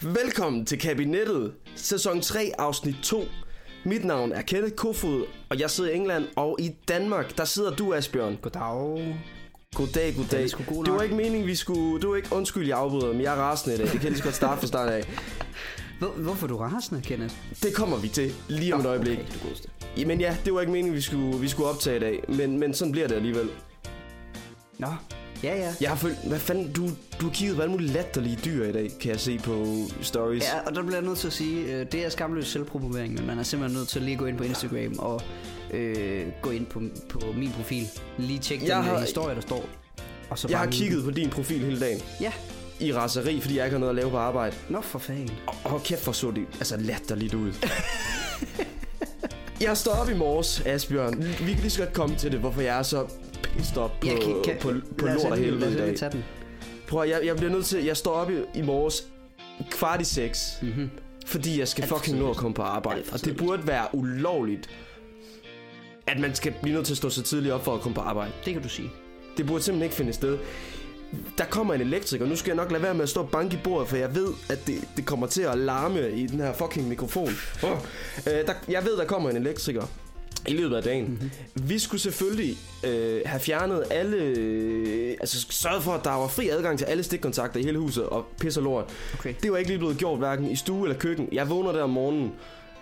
Velkommen til Kabinettet, sæson 3, afsnit 2. Mit navn er Kenneth Kofod, og jeg sidder i England, og i Danmark, der sidder du, Asbjørn. Goddag. Goddag, Den goddag. er sgu god Det var nok. ikke meningen, vi skulle... Det var ikke undskyld, jeg afbryder, men jeg er rasende i dag. Det kan jeg lige så godt starte fra start af. Hvor, hvorfor er du rasende, Kenneth? Det kommer vi til lige om et øjeblik. Ah, Okay, du godeste. Jamen ja, det var ikke meningen, vi skulle, vi skulle optage i dag, men, men sådan bliver det alligevel. Nå, ja ja. Jeg har følt... Hvad fanden? Du, du har kigget på alle mulige latterlige dyr i dag, kan jeg se på stories. Ja, og der bliver jeg nødt til at sige, øh, det er skamløs selvpromovering, men man er simpelthen nødt til at lige gå ind på Instagram og øh, gå ind på, på min profil. Lige tjekke Jeg den har- har... historie, der står. Og så Jeg bare har nyde kigget på din profil hele dagen. den. Ja, I raseri, fordi jeg ikke har noget at lave på arbejde. nå for fanden. Og hold kæft, hvor så det altså latterligt ud. jeg står op i morges, Asbjørn. Vi kan lige så godt komme til det, hvorfor jeg er så pissed op på, Jeg kan- kan- på, på lad os lort og endelig- lad os helvede i endelig dag. tage den. Prøv at, jeg, jeg bliver nødt til, jeg står op i, i morges kvart i seks, mm-hmm. fordi jeg skal Mhm. Alt for fucking nå at komme på arbejde. Alt for Og det tidligt. burde være ulovligt, at man skal blive nødt til at stå så tidligt op for at komme på arbejde. Det kan du sige. Det burde simpelthen ikke finde sted. Der kommer en elektriker, nu skal jeg nok lade være med at stå og banke i bordet, for jeg ved, at det, det kommer til at larme i den her fucking mikrofon. Oh. Øh, der, jeg ved, der kommer en elektriker i løbet af dagen. Mhm. Mm-hmm. Vi skulle selvfølgelig øh, have fjernet alle... Øh, altså sørget for, at der var fri adgang til alle stikkontakter i hele huset og pisse og lort. Okay. Det var ikke lige blevet gjort, hverken i stue eller køkken. Jeg vågner der om morgenen,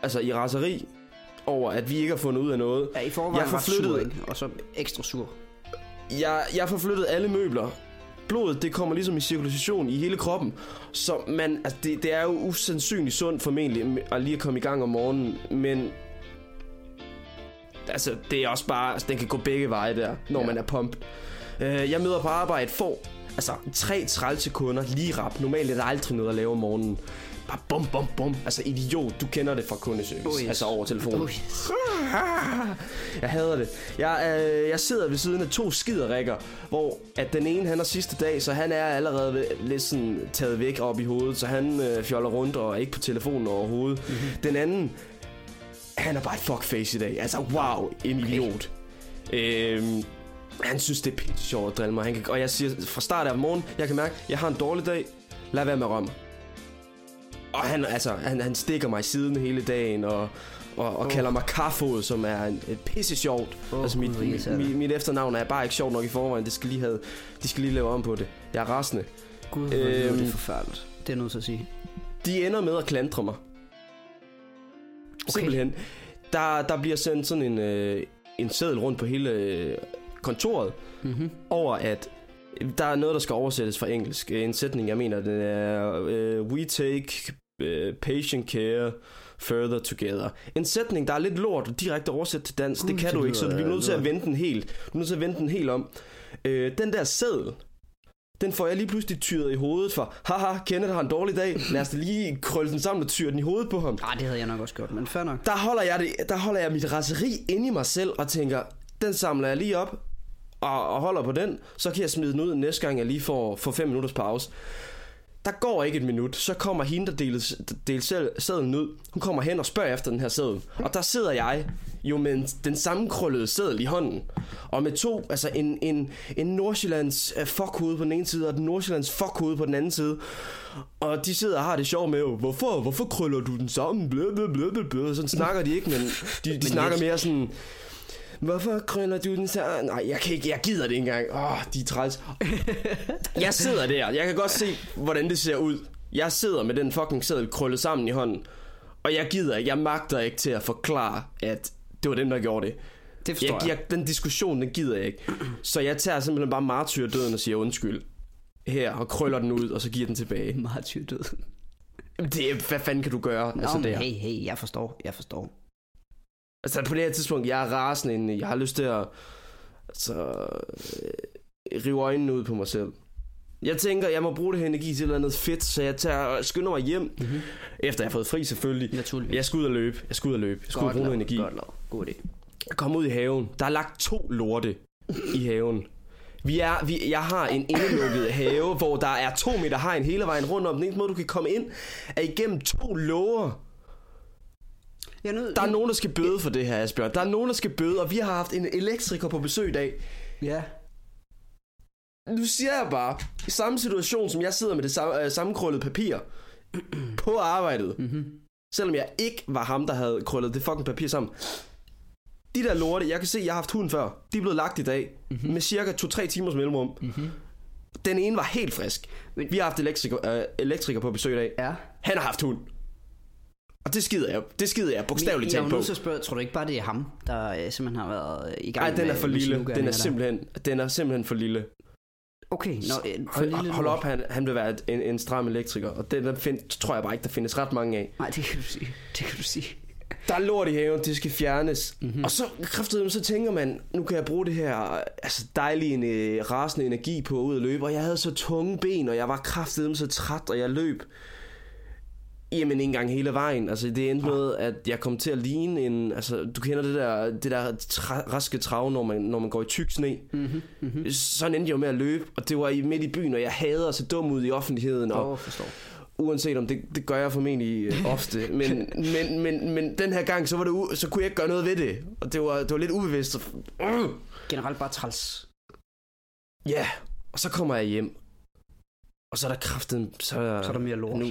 altså i raseri, over at vi ikke har fundet ud af noget. Ja, i forvejen Jeg jeg får var sur, flyttet- ikke? og så ekstra sur. Jeg, jeg får flyttet alle møbler. Blodet, det kommer ligesom i cirkulation i hele kroppen. Så man, altså det, det er jo usandsynligt sundt formentlig at lige at komme i gang om morgenen, men... Altså, det er også bare... Altså, den kan gå begge veje der, når ja. Ja. man er pump. Øh, jeg møder på arbejde, får altså tre 30 sekunder lige rap. Normalt er der aldrig noget at lave om morgenen. Bare bum, bum, bum. Altså, idiot, du kender det fra kundeservice. Oh, yes. Altså over telefonen. Oh, yes. Jeg hader det. Jeg, øh, jeg sidder ved siden af to skiderikker, hvor at den ene han har sidste dag, så han er allerede ved, lidt sådan taget væk op i hovedet, så han øh, fjoller rundt og er ikke på telefonen overhovedet. Mm-hmm. Den anden, han er bare et fuckface i dag. Altså, wow, en idiot. Øhm, han synes, det er pisse sjovt at drille mig. Han kan, og jeg siger fra start af morgen, jeg kan mærke, jeg har en dårlig dag. Lad være med rom. Og han, altså, han, han stikker mig i siden hele dagen, og, og, og oh. kalder mig kaffod, som er en, et pisse sjovt. Oh, Åh, altså, mit, Gud, hvor mit, irriterende. mit, mit, efternavn er bare ikke sjovt nok i forvejen. Det skal lige have, de skal lige lave om på det. Jeg er rasende. Gud, hvor øhm... det Øhm. er forfærdeligt. Det er jeg nødt til at sige. De ender med at klandre mig. Okay. Simpelthen. Der, der bliver sendt sådan en, øh, en seddel rundt på hele øh, kontoret, Mm-hmm. over at der er noget, der skal oversættes fra engelsk. Øh, En sætning, jeg mener, den er øh, We take øh, patient care further together. En sætning, der er lidt lort og direkte oversat til dansk. det Gud, kan det du ikke, så du lyder- bliver nødt til at lyder- vende den helt. Du er nødt til at vende den helt om. Øh, den der sædel, den får jeg lige pludselig tyret i hovedet for. Haha, Kenneth har en dårlig dag. Lad os da lige krølle den sammen og tyre den i hovedet på ham Ah, det havde jeg nok også gjort, men fair nok. der holder jeg, det, der holder jeg mit raseri inde i mig selv og tænker, den samler jeg lige op og, og holder på den, så kan jeg smide den ud næste gang, jeg lige får, får fem minutters pause. Der går ikke et minut, så kommer hende, der delte, delte selv, sædlen ud. Hun kommer hen og spørger efter den her sædel. Og der sidder jeg jo med en, den sammenkrøllede sædel i hånden. Og med to, altså en, en, en Nordsjællands øh, fuckhoved på den ene side, og den Nordsjællands fuckhoved på den anden side. Og de sidder og har det sjovt med, hvorfor, hvorfor krøller du den sammen? Blæ, blæ, blæ, blæ, blæ. Sådan snakker de ikke, men de, de men snakker lidt. mere sådan... Hvorfor krøller du den så? Nej, jeg, kan ikke, jeg gider det ikke engang. Åh, oh, de er træls. Jeg sidder der. Jeg kan godt se, hvordan det ser ud. Jeg sidder med den fucking sædel krøllet sammen i hånden. Og jeg gider ikke. Jeg magter ikke til at forklare, at det var dem, der gjorde det. Det forstår Jeg, jeg, den diskussion, den gider jeg ikke. Så jeg tager simpelthen bare martyrdøden og siger undskyld. Her, og krøller den ud, og så giver den tilbage. Martyrdød. Det, er- hvad fanden kan du gøre? Nå, altså, men der. hey, hey, jeg forstår, jeg forstår. Altså på det her tidspunkt, jeg er rasende indeni. Jeg har lyst til at altså, øh, rive øjnene ud på mig selv. Jeg tænker, jeg må bruge det her energi til et eller andet fedt, så jeg tager og skynder mig hjem, Mm-hmm. efter jeg har fået fri selvfølgelig. Naturligvis. Jeg skal ud og løbe. Jeg skal ud og løbe. Jeg skal ud og bruge noget energi. Godt lov. God idé. Jeg kommer ud i haven. Der er lagt to lorte i haven. Vi er, vi, jeg har en indelukket have, hvor der er to meter hegn hele vejen rundt om. Den eneste måde, du kan komme ind, er igennem to låger. Jeg er nød... Der er nogen, der skal bøde for det her, Asbjørn. Der er nogen, der skal bøde, og vi har haft en elektriker på besøg i dag. Ja. Nu siger jeg bare, i samme situation, som jeg sidder med det samme, øh, sammenkrøllede papir på arbejdet. Mhm. Mm-hmm. Selvom jeg ikke var ham, der havde krøllet det fucking papir sammen. De der lorte, jeg kan se, jeg har haft hunden før. De er blevet lagt i dag. Mm-hmm. Med cirka 2-3 timers mellemrum. Mm-hmm. Den ene var helt frisk. Men- Vi har haft elektriker, øh, elektriker på besøg i dag. Ja. Han har haft hund. Og det skider jeg, det skider jeg bogstaveligt jeg er talt jo på. nødt til at spørge, tror du ikke bare, det er ham, der øh, simpelthen har været øh, i gang Nej, den med er for med lille. sine Den ugerninger er der? simpelthen, den er simpelthen for lille. Okay, nå, øh, for Hold, lille hold lort. op, han, han vil være et- en, en stram elektriker, og det der find, tror jeg bare ikke, der findes ret mange af. Nej, det kan du sige. Det kan du sige. Der er lort i haven, det skal fjernes. Mm-hmm. Og så, kraftedeme, så tænker man, nu kan jeg bruge det her altså, dejlige en, rasende energi på at ud at løbe, og jeg havde så tunge ben, og jeg var kraftedeme så træt, og jeg løb. Jamen ikke engang hele vejen. Altså, det endte med, at jeg kom til at ligne en... Altså, du kender det der, det der tra- raske trav, når man, når man går i tyk sne. Mm-hmm, mm-hmm. Sådan endte jeg jo med at løbe, og det var i, midt i byen, og jeg hader at se dum ud i offentligheden. Og, Åh, forstår. uanset om det, det gør jeg formentlig øh, ofte, men, men, men, men den her gang, så, var det u- så kunne jeg ikke gøre noget ved det, og det var, det var lidt ubevidst. så- Øh. Generelt bare træls. Ja, yeah. og så kommer jeg hjem, og så er der kraften, så, Så er der mere lort. nu,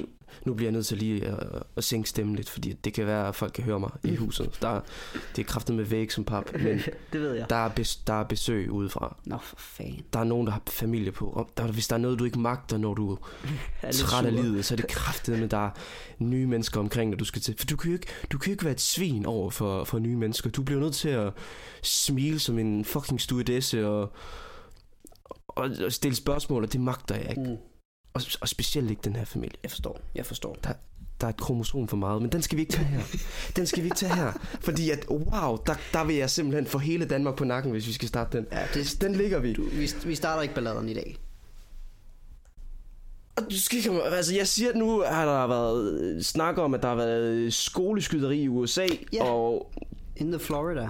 nu bliver jeg nødt til lige at, at sænke stemmen lidt, fordi det kan være, at folk kan høre mig Mm. i huset. Der, det er kraften med væg som pap, men det ved jeg. der er, bes, der er besøg udefra. Nå, for fanden. Der er nogen, der har familie på. Og der, hvis der er noget, du ikke magter, når du Jeg er er lidt træt af sur. livet, så er det kraftedeme, der er nye mennesker omkring dig, du skal til. For du kan jo ikke, du kan jo ikke være et svin over for, for nye mennesker. Du bliver nødt til at smile som en fucking stewardesse og, og, og stille spørgsmål, og det magter jeg ikke. Mm, Og, og specielt ikke den her familie. jeg forstår, jeg forstår. Der er et kromosom for meget, men den skal vi ikke tage her. Den skal vi ikke tage her. Fordi at, wow, der, der vil jeg simpelthen få hele Danmark på nakken, hvis vi skal starte den. Ja, det, Den ligger vi. du, vi, vi starter ikke balladerne i dag. Og du skal ikke, altså jeg siger, at nu har der været øh, snak om, at der har været øh, skoleskyderi i USA, Ja. og, In the Florida.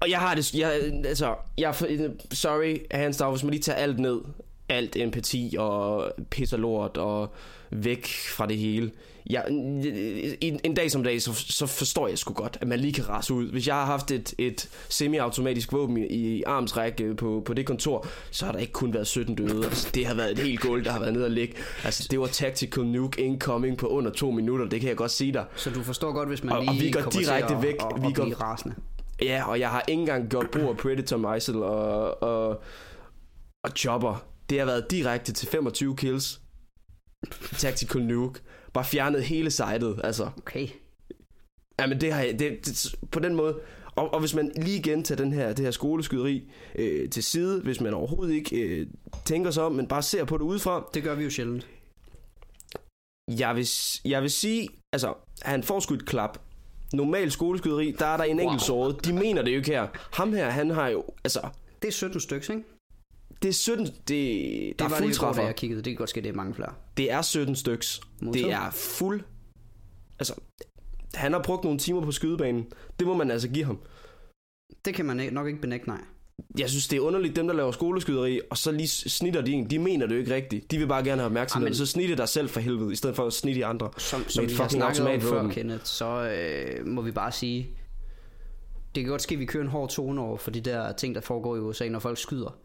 og jeg har det, jeg, altså, jeg, er for- øh, sorry, hands down, hvis man lige tager alt ned, alt empati og pis og lort og væk fra det hele. Jeg, øh, en, en dag som dag, så, så forstår jeg sgu godt, at man lige kan rase ud. Hvis jeg har haft et, et semi-automatisk våben i, i armsrække på, på det kontor, så har der ikke kun været 17 døde. Altså, det har været et helt gulv, der har været nede og ligge. Altså, det var tactical nuke incoming på under to minutter, det kan jeg godt sige dig. Så du forstår godt, hvis man Og- og lige vi går kommer til direkte at- væk. Og, og Vi går- blive rasende. Ja, og jeg har ikke engang gjort brug af Predator Missile og, og, og Chopper. Det har været direkte til 25 kills. Tactical Nuke. Bare fjernet hele sitet, altså. Okay. Jamen, det har jeg, det, det, på den måde. Og, og hvis man lige igen tager den her, det her skoleskyderi øh, til side, hvis man overhovedet ikke øh, tænker sig om, men bare ser på det udefra. Det gør vi jo sjældent. Jeg vil, s- jeg vil sige, altså, han får skudt klap. Normal skoleskyderi, der er der en Wow. enkelt såret. De mener det jo ikke her. Ham her, han har jo, altså, Det er 17 stykker, ikke? Det er 17, det, det der Det er var det, jeg tror, da fuldtræffer. jeg kiggede. Det kan godt ske, det er mange flere. Det er 17 styks. Det Modtaget. er fuld... Altså, han har brugt nogle timer på skydebanen. Det må man altså give ham. Det kan man ikke- nok ikke benægte, nej. Jeg synes, det er underligt, dem der laver skoleskyderi, og så lige s- snitter de en. De mener det jo ikke rigtigt. De vil bare gerne have opmærksomhed. Amen. Så snitte dig selv for helvede, i stedet for at snitte de andre. Som, som et vi har fucking snakket om før, automatvåben. Kenneth, så øh, må vi bare sige, det kan godt ske, at vi kører en hård tone over for de der ting, der foregår i USA, når folk skyder.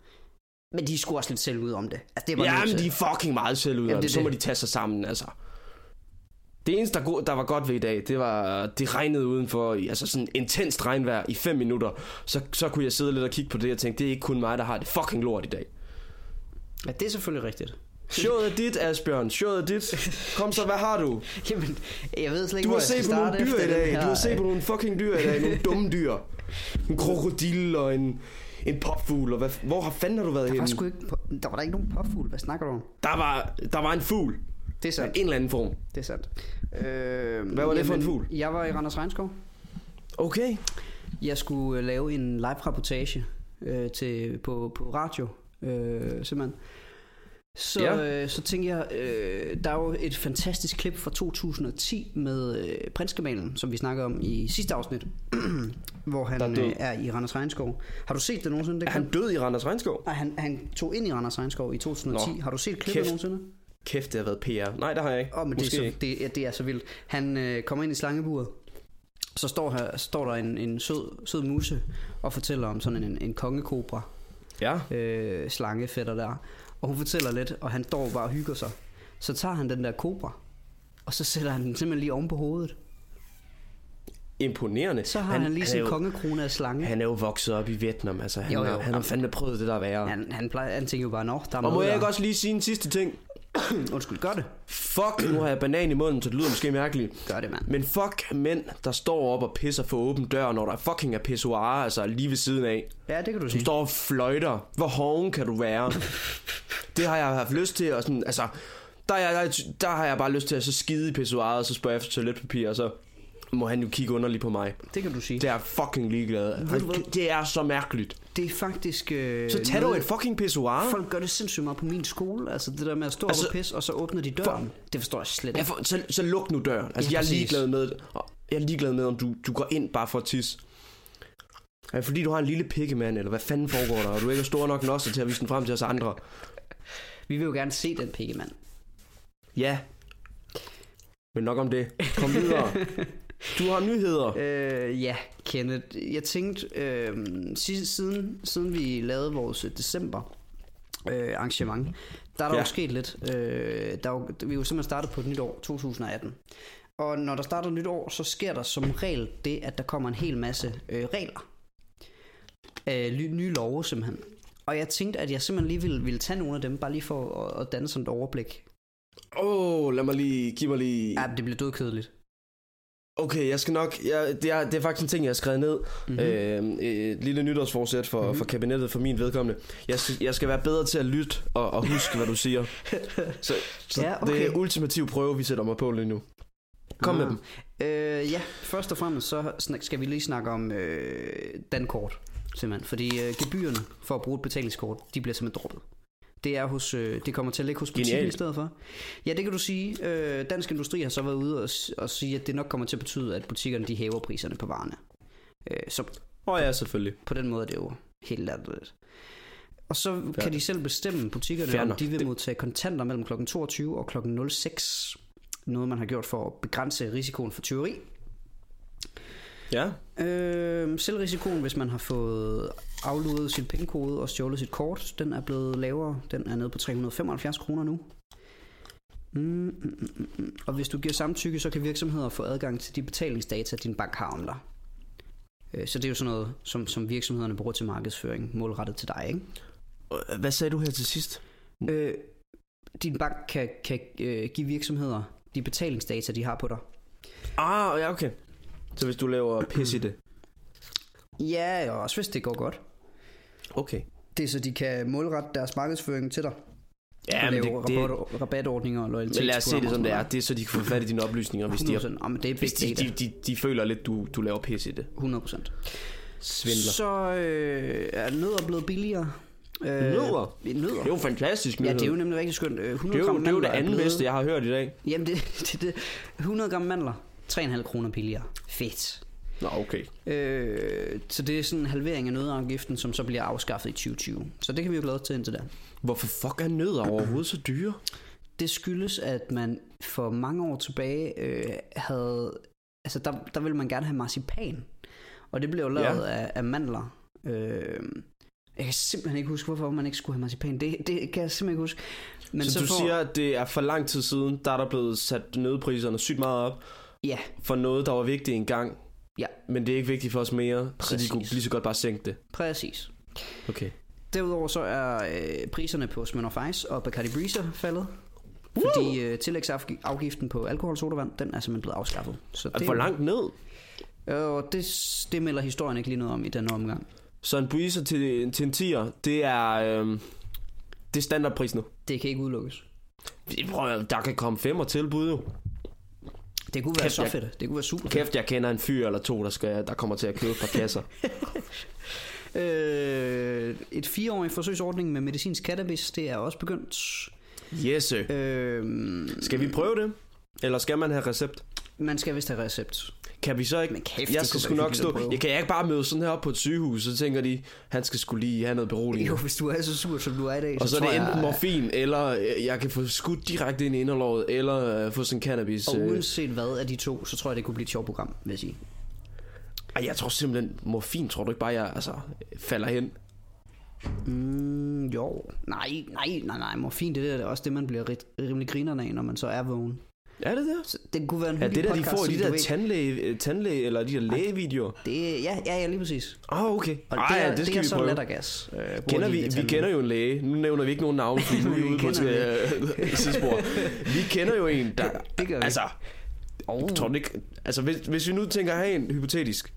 Men de er sgu også lidt selv ud om det. Altså, det er bare nødt Jamen, til. de er fucking meget selv ud Jamen, af det det. er Så må de det. tage sig sammen, altså. Det eneste, der, go- der var godt ved i dag, det var, det regnede udenfor, i- altså sådan intenst regnvejr i 5 minutter. Så, så kunne jeg sidde lidt og kigge på det og tænke, det er ikke kun mig, der har det fucking lort i dag. Ja, det er selvfølgelig rigtigt. Showet er dit, Asbjørn. Showet er dit. Kom så, hvad har du? Jamen, jeg ved slet ikke, Du hvor har jeg skal set på nogle starte dyr efter i dag. den her, Du har set på nogle fucking dyr i dag. Nogle dumme dyr. En krokodil og en, en popfugl. Og hvad, hvor har fanden har du været Der var, henne? sgu ikke, der var der ikke nogen popfugl. Hvad snakker du om? Der, var, der var en fugl. Det er Ja. sandt. En eller anden form. Det er sandt. Øh, Hvad var det for en fugl? Jeg var i Randers Regnskov. Okay. Jeg skulle øh, lave en live-rapportage øh, til, på, på radio, øh, simpelthen. Så, Ja. ja. øh, så tænkte jeg, øh, der er jo et fantastisk klip fra 2010 med øh, prinsgemalen, som vi snakkede om i sidste afsnit, hvor Der er han død. øh, er i Randers Regnskov. Har du set det nogensinde? Det Er han død i Randers Regnskov? Nej, han, han tog ind i Randers Regnskov i 2010. Nå, Har du set klippet kæft. nogensinde? Kæft, det har været PR. Nej, det har jeg ikke. Åh, oh, men det er, Måske så, ikke. det, ja, det er så vildt. Han øh, kommer ind i slangeburet, så står, her, står der en, en sød, sød muse og fortæller om sådan en, en kongekobra Ja. øh, slangefætter der. Og hun fortæller lidt, og han står bare og hygger sig. Så tager han den der kobra, Og så sætter han den simpelthen lige oven på hovedet. Imponerende. Så har han, han lige er sådan en jo- kongekrone af slange. Han, Han er jo vokset op i Vietnam, altså. Han, Jo, jo, jo. jo. Har, han har fandme prøvet det, der er værre. Ja. han, han, plejer, han tænker jo bare, nå, der er Og må noget jeg der. ikke også lige sige en sidste ting? Undskyld, gør det. Fuck, nu har jeg banan i munden, så det lyder måske mærkeligt. Gør det, mand. Men fuck mænd, der står op og pisser for åben dør, når der fucking er pissoarer, altså lige ved siden af. Ja, det kan du Du sige. står og fløjter. Hvor hoven kan du være? det har jeg haft lyst til, og sådan, altså... Der, er jeg, der, der har jeg bare lyst til at så skide i pissoaret, og så spørge efter toiletpapir, og så må han jo kigge underligt på mig. Det kan du sige. Det er jeg fucking ligeglad. Ved du hvad? Han- Det er så mærkeligt. Det er faktisk... Øh, Så tag dog noget- et fucking pissoar. Folk gør det sindssygt meget på min skole. Altså det der med at stå altså, Altså- op og pisse, og så åbner de døren. det forstår jeg slet Ja, ikke. for, så, så luk nu døren. Altså, ja, Ja, jeg er præcis. ligeglad med, og jeg er ligeglad med om du, du går ind bare for at tisse. Ja, fordi du har en lille pikkemand, eller hvad fanden foregår der, og du ikke er stor nok nosser til at vise den frem til os andre. Vi vil jo gerne se den pikkemand. Ja. Men nok om det. Kom videre. Du har nyheder. Øh, ja, Kenneth. Jeg tænkte, øh, si- siden, siden vi lavede vores øh, december øh, arrangement, der er der ja. Ja. jo sket lidt. Øh, der er jo, vi er jo simpelthen startet på et nyt år, 2018. Og når der starter et nyt år, så sker der som regel det, at der kommer en hel masse øh, regler. Øh, ny- nye love simpelthen. Og jeg tænkte, at jeg simpelthen lige ville, ville tage nogle af dem, bare lige for at, at danne sådan et overblik. Åh, oh, lad mig lige, giv mig lige. Ja, det bliver dødkedeligt. Okay, jeg skal nok, jeg, det, er, det er faktisk en ting, jeg har skrevet ned. Mhm. Mm-hmm. Øh, et lille nytårsforsæt for, mm-hmm. for kabinettet for min vedkommende. Jeg, skal- jeg skal være bedre til at lytte og, og huske, hvad du siger. Så, så Ja, ja, okay. okay. det er ultimativ prøve, vi sætter mig på lige nu. Kom med Ah. dem. Øh, ja, først og fremmest så snak- skal vi lige snakke om øh, dankort, simpelthen. Fordi øh, gebyrerne for at bruge et betalingskort, de bliver simpelthen droppet. Det, er hos, øh, det kommer til at ligge hos butikken i Genialt. stedet for. Ja, det kan du sige. Øh, Dansk Industri har så været ude og, s- og sige, at det nok kommer til at betyde, at butikkerne de hæver priserne på varerne. Øh, så Åh oh, ja, selvfølgelig. på den måde er det jo helt latterligt. Og så Færdig. kan Færdig. de selv bestemme butikkerne, Fair Færdig. om nok. de vil Det- modtage kontanter mellem kl. 22 og kl. 06. Noget, man har gjort for at begrænse risikoen for tyveri. Ja. Øh, selvrisikoen, hvis man har fået afluret sin pindkode og stjålet sit kort, den er blevet lavere. Den er nede på 375 kroner nu. Mm, mm, mm, mm. Og hvis du giver samtykke, så kan virksomheder få adgang til de betalingsdata, din bank har om dig. Øh, Så det er jo sådan noget, som, som virksomhederne bruger til markedsføring, målrettet til dig, ikke? Øh, Hvad sagde du her til sidst? Øh, din bank kan, kan øh, give virksomheder de betalingsdata, de har på dig. Ah, ja, okay. Så hvis du laver pis i det. Ja, og også hvis det går godt. Okay. Det er så, de kan målrette deres markedsføring til dig. Ja, Ja, men lave det, det, det, rabat, det... rabatordninger og men loyalitetsprogrammer. lad os se det, som det er. Det er, så de kan få fat i dine oplysninger, hvis de, er, Oh, men det er big hvis de, data. de, de, de føler lidt, du, du laver pis i det. 100 procent. Svindler. Så øh, er nødder blevet billigere. Øh, Nødder? Nødder. Det er jo fantastisk Ja, nyhed. det er jo nemlig rigtig skønt. Øh, 100 det er jo, gram det, er jo det mandler andet blevet- bedste, jeg har hørt i dag. Jamen, det, det, det, 100 gram mandler. 3,5 kroner billigere. Fedt. Nå, okay. Øh, så det er sådan en halvering af nødderafgiften, som så bliver afskaffet i 2020. Så det kan vi jo glæde os til indtil da. Hvorfor fuck er nødder overhovedet så dyre? Det skyldes, at man for mange år tilbage øh, havde... Altså, der, der ville man gerne have marcipan. Og det blev jo lavet ja. af, af mandler. Øh, jeg kan simpelthen ikke huske, hvorfor man ikke skulle have marcipan. Det, det kan jeg simpelthen ikke huske. Men så, så du får- siger, at det er for lang tid siden, der er der blevet sat nødpriserne sygt meget op Ja, for noget, der var vigtigt engang. Ja. Men det er ikke vigtigt for os mere, så Præcis. de kunne lige så godt bare sænke det. præcis. Okay. Derudover så er øh, priserne på Smirnoff Ice og Bacardi Breezer faldet. Fordi øh, tillægsafgiften på alkoholsodavand, den er simpelthen blevet afskaffet. Så Det... For langt ned. Og det, det melder historien ikke lige noget om i denne omgang. Så en breezer til, til en 10'er, det er, øhm, det er standardpris nu. Det kan ikke udelukkes. Vi- Prøv, at- der kan komme femmer tilbud jo. Det kunne være Kæft, så jeg- fedt. Det kunne være super fedt. Kæft, jeg kender en fyr eller to, der, skal, der kommer til at købe et par kasser. Øh, et fireårig forsøgsordning med medicinsk cannabis, det er også begyndt. Yes, sir. Øh, Skal vi prøve det? Eller skal man have recept? man skal vist have recept. Kan vi så ikke... Men kæft, jeg det skal kunne sgu være nok hyggeligt stå... at prøve. Jeg kan jeg ikke bare møde sådan her op på et sygehus, så tænker de, han skal skulle lige have noget beroligende. Jo, hvis du er så sur, som du er i dag, Og så er tror det jeg, enten morfin, eller øh, jeg kan få skudt direkte ind i inderlåret, eller øh, få sådan cannabis. Og øh. uanset hvad af de to, så tror jeg, det kunne blive et sjovt program, vil jeg sige. Ej, jeg tror simpelthen, morfin, tror du ikke bare, jeg altså, falder hen? Mm, jo. Nej, nej, nej, nej. Morfin, det der er også det, man bliver rit- rimelig grinerne af, når man så er vågen. Er det det? Så den kunne være en Ja, hyggelig det der, de podcast, får i som de du der ved- tandlæge, øh, tandlæge eller de der lægevideoer. det, ja, ja, ja, lige præcis. Åh, oh, okay. Og Ej, det er, ja, det skal det er vi så prøve. lattergas. Øh, bruger Kender de vi, i vi detaljen. kender jo en læge. Nu nævner vi ikke nogen navn, fordi nu er vi Vi ude på kender et øh, sidespor. Vi kender jo en, der... Det gør vi. Altså, Og tror du ikke... Altså, hvis, hvis vi nu tænker at have en hypotetisk,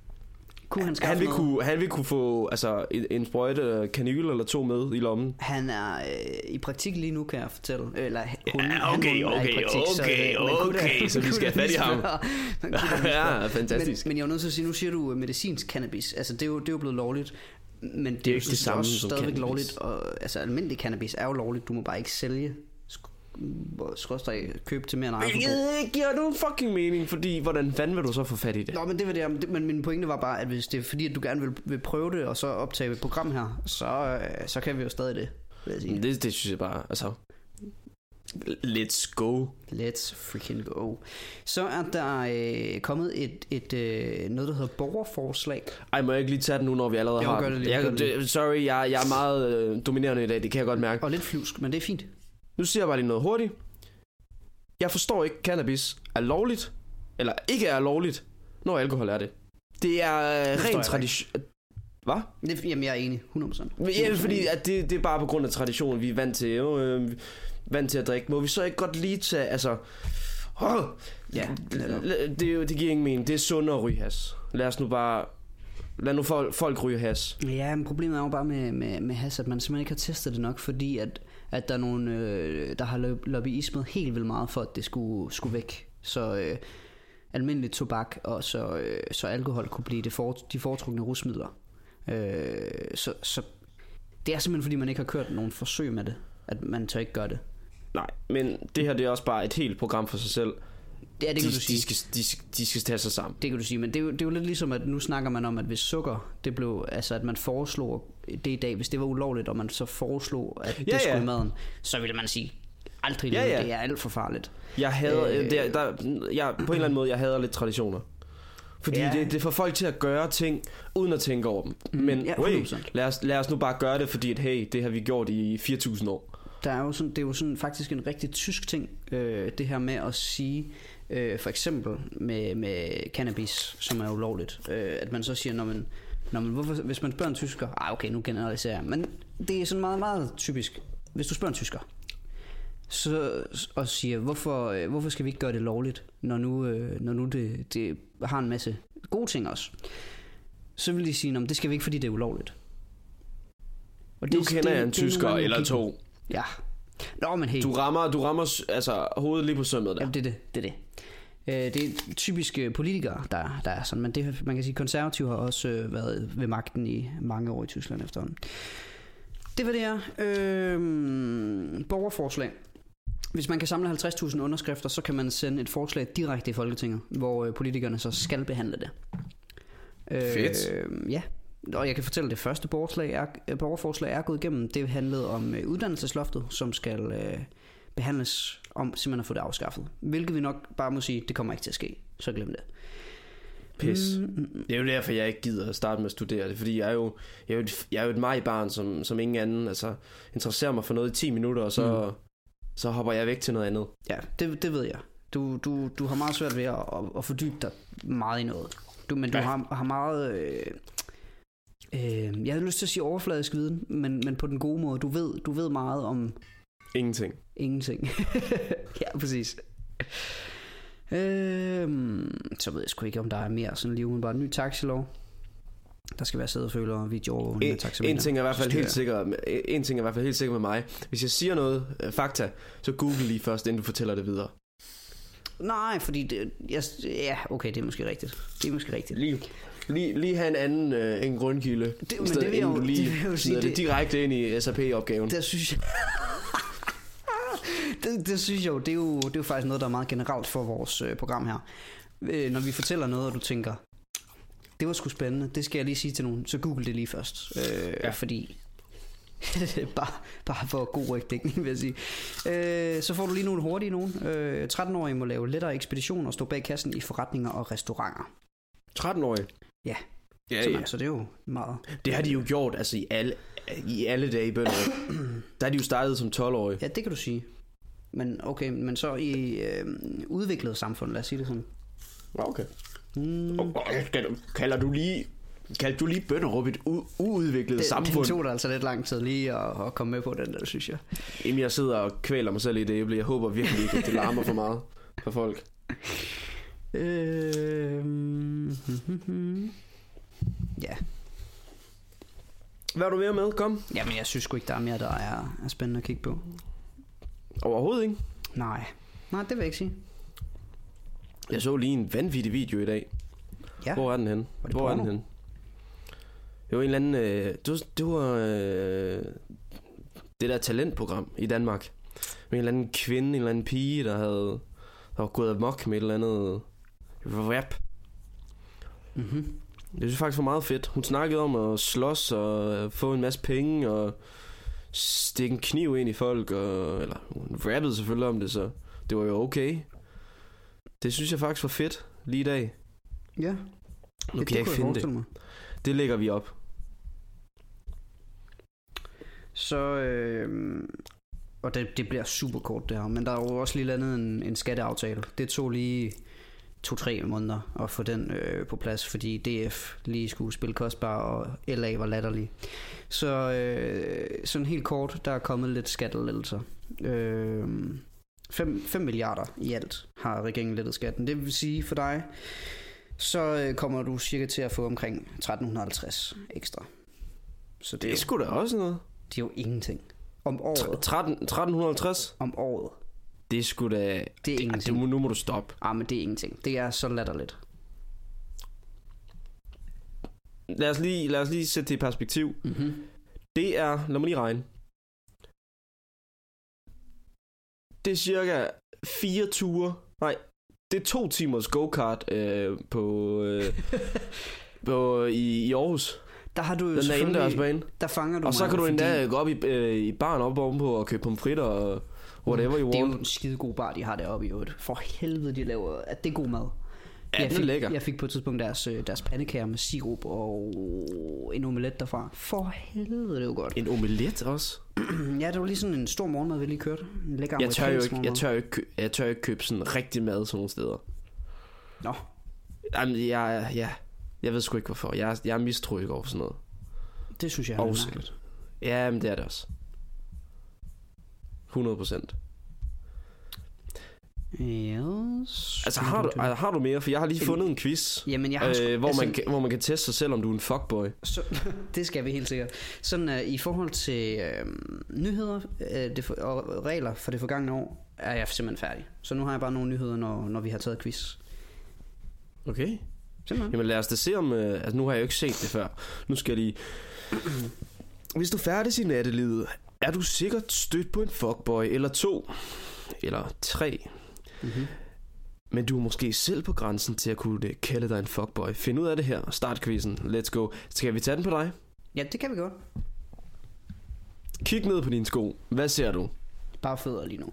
kunne han skaffe han vil, noget? kunne, han vil kunne få altså, en, en sprøjte, eller kanyle eller to med i lommen. Han er øh, i praktik lige nu, kan jeg fortælle. Eller Ja, hun, han, okay, hun er i okay, praktik, så, okay, man kunne da- okay, man så vi kunne skal da have fat i lige ham. spørge. Man kunne da lige spørge. ja, fantastisk. Men, men jeg er jo nødt til at sige, nu siger du øh, medicinsk cannabis. Altså, det er jo, det er jo blevet lovligt. Men det, jo er jo ikke det sådan set samme også som stadigvæk cannabis. lovligt. Og, altså, almindelig cannabis er jo lovligt. Du må bare ikke sælge sk- skråstrej købe til mere end eget forbrug. Hvilket ikke giver nogen fucking mening, fordi hvordan fanden vil du så få fat i det? Nå, men det var det, om det, men min pointe var bare, at hvis det er fordi, at du gerne vil, vil prøve det, og så optage et program her, så, øh, så kan vi jo stadig det, vil jeg sige. Det, det synes jeg bare, altså... Let's go. Let's freaking go. Så er der øh, kommet et, et øh, noget, der hedder borgerforslag. Ej, må jeg ikke lige tage den nu, når vi allerede Jo, har gør den? det lige, jeg, gør det lige. det- Sorry, jeg, jeg er meget øh, dominerende i dag, det kan jeg godt mærke. Og lidt flyvsk, men det er fint. Nu siger jeg bare lige noget hurtigt. Jeg forstår ikke, cannabis er lovligt, eller ikke er lovligt, når alkohol er det. Det er øh, forstår ren jeg tradition... Hvad? Det, jamen, jeg er enig, 100%. Ja, fordi at det, det er bare på grund af tradition, vi er vant til, jo, øh, vi er vant til at drikke. Må vi så ikke godt lige tage, altså... Oh, Ja, netop. det, er jo- det giver ingen mening. Det er sundere at ryge has. Lad os nu bare... Lad nu folk, folk ryge has. Ja, men problemet er jo bare med, med, med has, at man simpelthen ikke har testet det nok, fordi at, at der er nogen, øh, der har lo- lobbyismet helt vildt meget for, at det skulle, skulle væk. Så øh, almindelig tobak og så, øh, så alkohol kunne blive det for, de foretrukne rusmidler. Øh, så, så det er simpelthen, fordi man ikke har kørt nogen forsøg med det, at man tør ikke gøre det. Nej, men det her det er også bare et helt program for sig selv. Det er det, de, kan du sige. de, skal, de, skal- de skal tage sig sammen. Det kan du sige, men det er, jo, det er jo lidt ligesom, at nu snakker man om, at hvis sukker, det blev, altså at man foreslog det i dag, hvis det var ulovligt, og man så foreslog, at det Ja, ja, ja. skulle i maden, så ville man sige, aldrig Ja, ja, ja. ja. det er alt for farligt. Jeg hader, øh, Øh. der, der, jeg, på en eller anden måde, jeg hader lidt traditioner. Fordi Ja. ja. det, det får folk til at gøre ting, uden at tænke over dem. Mm, Men ja, ja, hey, 100%. lad, os, lad os nu bare gøre det, fordi at, hey, det har vi gjort i 4.000 år. Der er jo sådan, det er jo sådan faktisk en rigtig tysk ting, øh, det her med at sige, øh, for eksempel med, med cannabis, som er ulovligt, øh, at man så siger, når man, når man, hvorfor, hvis man spørger en tysker, ah okay, nu generaliserer jeg, men det er sådan meget, meget typisk, hvis du spørger en tysker, så, og siger, hvorfor, øh, hvorfor skal vi ikke gøre det lovligt, når nu, øh, når nu det, det har en masse gode ting også, så vil de sige, "Nå, men det skal vi ikke, fordi det er ulovligt. Og Nu kender jeg en er nogle tysker gange eller logikken. to. Ja. Nå, men hey. Du rammer, du rammer s- altså, hovedet lige på sømmet der. Jamen, det er det. Det er det. Øh, det er typisk øh, politikere, der, der er sådan, men det, man kan sige, konservative har også øh, været ved magten i mange år i Tyskland efterhånden. Det var det her. Øh, borgerforslag. Hvis man kan samle 50.000 underskrifter, så kan man sende et forslag direkte i Folketinget, hvor øh, politikerne så skal behandle det. Fedt. Øh, ja, og jeg kan fortælle, at det første borgerslag er, øh, borgerforslag er gået igennem. Det handlede om øh, uddannelsesloftet, som skal øh, behandles om simpelthen at få det afskaffet. Hvilket vi nok bare må sige, det kommer ikke til at ske. Så glem det. Pis. Mm, mm, mm. Det er jo derfor, jeg ikke gider at starte med at studere det, fordi jeg er jo, jeg er jo et, jeg er jo et mig-barn, som, som ingen anden. Altså, interesserer mig for noget i 10 minutter, og så, mm. så hopper jeg væk til noget andet. Ja, det, det ved jeg. Du, du, du har meget svært ved at, at, at fordybe dig meget i noget. Du, men du Ja. har, har meget... Øh, øh, jeg har lyst til at sige overfladisk viden, men, men på den gode måde. Du ved, du ved meget om Ingenting. ingenting. ja, præcis. Øhm, så ved jeg sgu ikke, om der er mere sådan lige bare en ny taxilov. Der skal være sædeføler og videoovervågning med En, taxameter. en ting er i hvert Så fald styrer helt sikker, en ting er i hvert fald helt sikker med mig. Hvis jeg siger noget øh, fakta, så google lige først, inden du fortæller det videre. Nej, fordi det, jeg, ja, okay, det er måske rigtigt. Det er måske rigtigt. Lige, lige, lige have en anden øh, en grundkilde. Det, men det vil jeg jo- du det vil jeg jo lige sige, smider det, det det- direkte ind i SAP-opgaven. Der synes jeg... det, det synes jeg jo det, er jo, det er jo faktisk noget, der er meget generelt for vores øh, program her. Øh, når vi fortæller noget, og du tænker, det var sgu spændende, det skal jeg lige sige til nogen, så google det lige først. Øh, Ja. ja. Fordi... bare, bare for god rygdækning, vil jeg sige. Øh, så får du lige nogle hurtige nogen. Øh, 13-årige må lave lettere ekspedition og stå bag kassen i forretninger og restauranter. 13-årige. Ja. Ja, Så, ja. man, så det er jo meget. Det har de jo gjort altså, i, alle, i alle dage i bønderne. Der er de jo startet som 12-årige. Ja, det kan du sige. Men okay, men så i øh, udviklet samfund, lad os sige det sådan. Nå, Okay. Mm. Oh, oh, skal- kalder du lige... Kaldte du lige Bønderup et u- uudviklet det, Det, samfund? den tog det altså lidt lang tid lige at, at komme med på den der, synes jeg. Jamen, jeg sidder og kvæler mig selv i det æble. Jeg håber virkelig ikke, at det larmer for meget for folk. Øh, ja. Hvad er du mere med? Kom. Jamen, jeg synes sgu ikke, der er mere, der er, er spændende at kigge på. Overhovedet ikke. Nej. Nej, det vil jeg ikke sige. Jeg så lige en vanvittig video i dag. Ja. Hvor er den henne? Var det Hvor er den porno? henne? Det var en eller anden... Øh, det, var, det var øh, det der talentprogram i Danmark. Med en eller anden kvinde, en eller anden pige, der havde der var gået amok med et eller andet rap. Mm-hmm. Det synes jeg faktisk var meget fedt. Hun snakkede om at slås og øh, få en masse penge og stikke en kniv ind i folk. Og, eller hun rappede selvfølgelig om det, så det var jo okay. Det synes jeg faktisk var fedt lige i dag. Ja. Nu ja, kan jeg ikke finde det. forestille Mig. Det lægger vi op. Så, øh, og det, det bliver super kort det her, men der er jo også lige landet en, en skatteaftale. Det tog lige to-tre måneder at få den øh, på plads, fordi DF lige skulle spille kostbar, og LA var latterlig. Så øh, sådan helt kort, der er kommet lidt skattelettelser. Øh, 5, 5 milliarder i alt har regeringen lettet skatten. Det vil sige for dig, så øh, kommer du cirka til at få omkring 1350 ekstra. Så Det jo- er sgu da også noget. det er jo ingenting. Om Tre- året. 13, 1350? Om året. Det er sgu da... Det er Ej, ingenting. du, må- nu må du stoppe. Ah, men det er ingenting. Det er så latterligt. Lad os lige, lad os lige sætte det i perspektiv. Mm-hmm. Det er... Lad mig lige regne. Det er cirka fire ture. Nej, det er to timers go-kart øh, på, øh, på, i, i Aarhus. Der har du jo Den der selvfølgelig... indendørsbane. Der fanger du Og så mig, kan du fordi endda gå op i, øh, i baren op ovenpå og købe pomfritter og whatever you Det er want. jo en skidegod bar, de har deroppe i øvrigt. For helvede, de laver... At det er god mad. Ja, den er fik, lækker. jeg fik på et tidspunkt deres, øh, deres pandekager med sirup og en omelet derfra. For helvede, det er jo godt. En omelet også. Ja, det var lige sådan en stor morgenmad, vi lige kørte. En lækker Jeg tør, jo amerikansk ikke, jeg, morgenmad. tør jo ikke, kø- jeg tør jo ikke købe sådan rigtig mad sådan nogle steder. Nå, Jamen, jeg, ja, jeg ved sgu ikke hvorfor. Jeg, er- jeg er mistroisk over for sådan noget. det synes jeg er Og noget mærkeligt. sikkert. Ja, men det er det også. 100 procent. Yes. Altså har du, altså, har du mere? For jeg har lige En- fundet en quiz, Jamen, jeg har sgu- øh, hvor, altså- man kan, hvor man kan teste sig selv, om du er en fuckboy. Så, det skal vi helt sikkert. Sådan uh, i forhold til øh, nyheder øh, det for, og regler for det forgangne år, er jeg simpelthen færdig. Så nu har jeg bare nogle nyheder, når, når vi har taget quiz. Okay. Simpelthen. Jamen lad os da se om... Øh, altså nu har jeg jo ikke set det før. Nu skal jeg lige... Hvis du færdes i nattelivet, er du sikkert stødt på en fuckboy eller to. Eller tre. Mm-hmm. Men du er måske selv på grænsen til at kunne øh, kalde dig en fuckboy. Find ud af det her. Start quizzen. Let's go. Skal vi tage den på dig? Ja, det kan vi godt. Kig ned på dine sko. Hvad ser du? Bare fødder lige nu.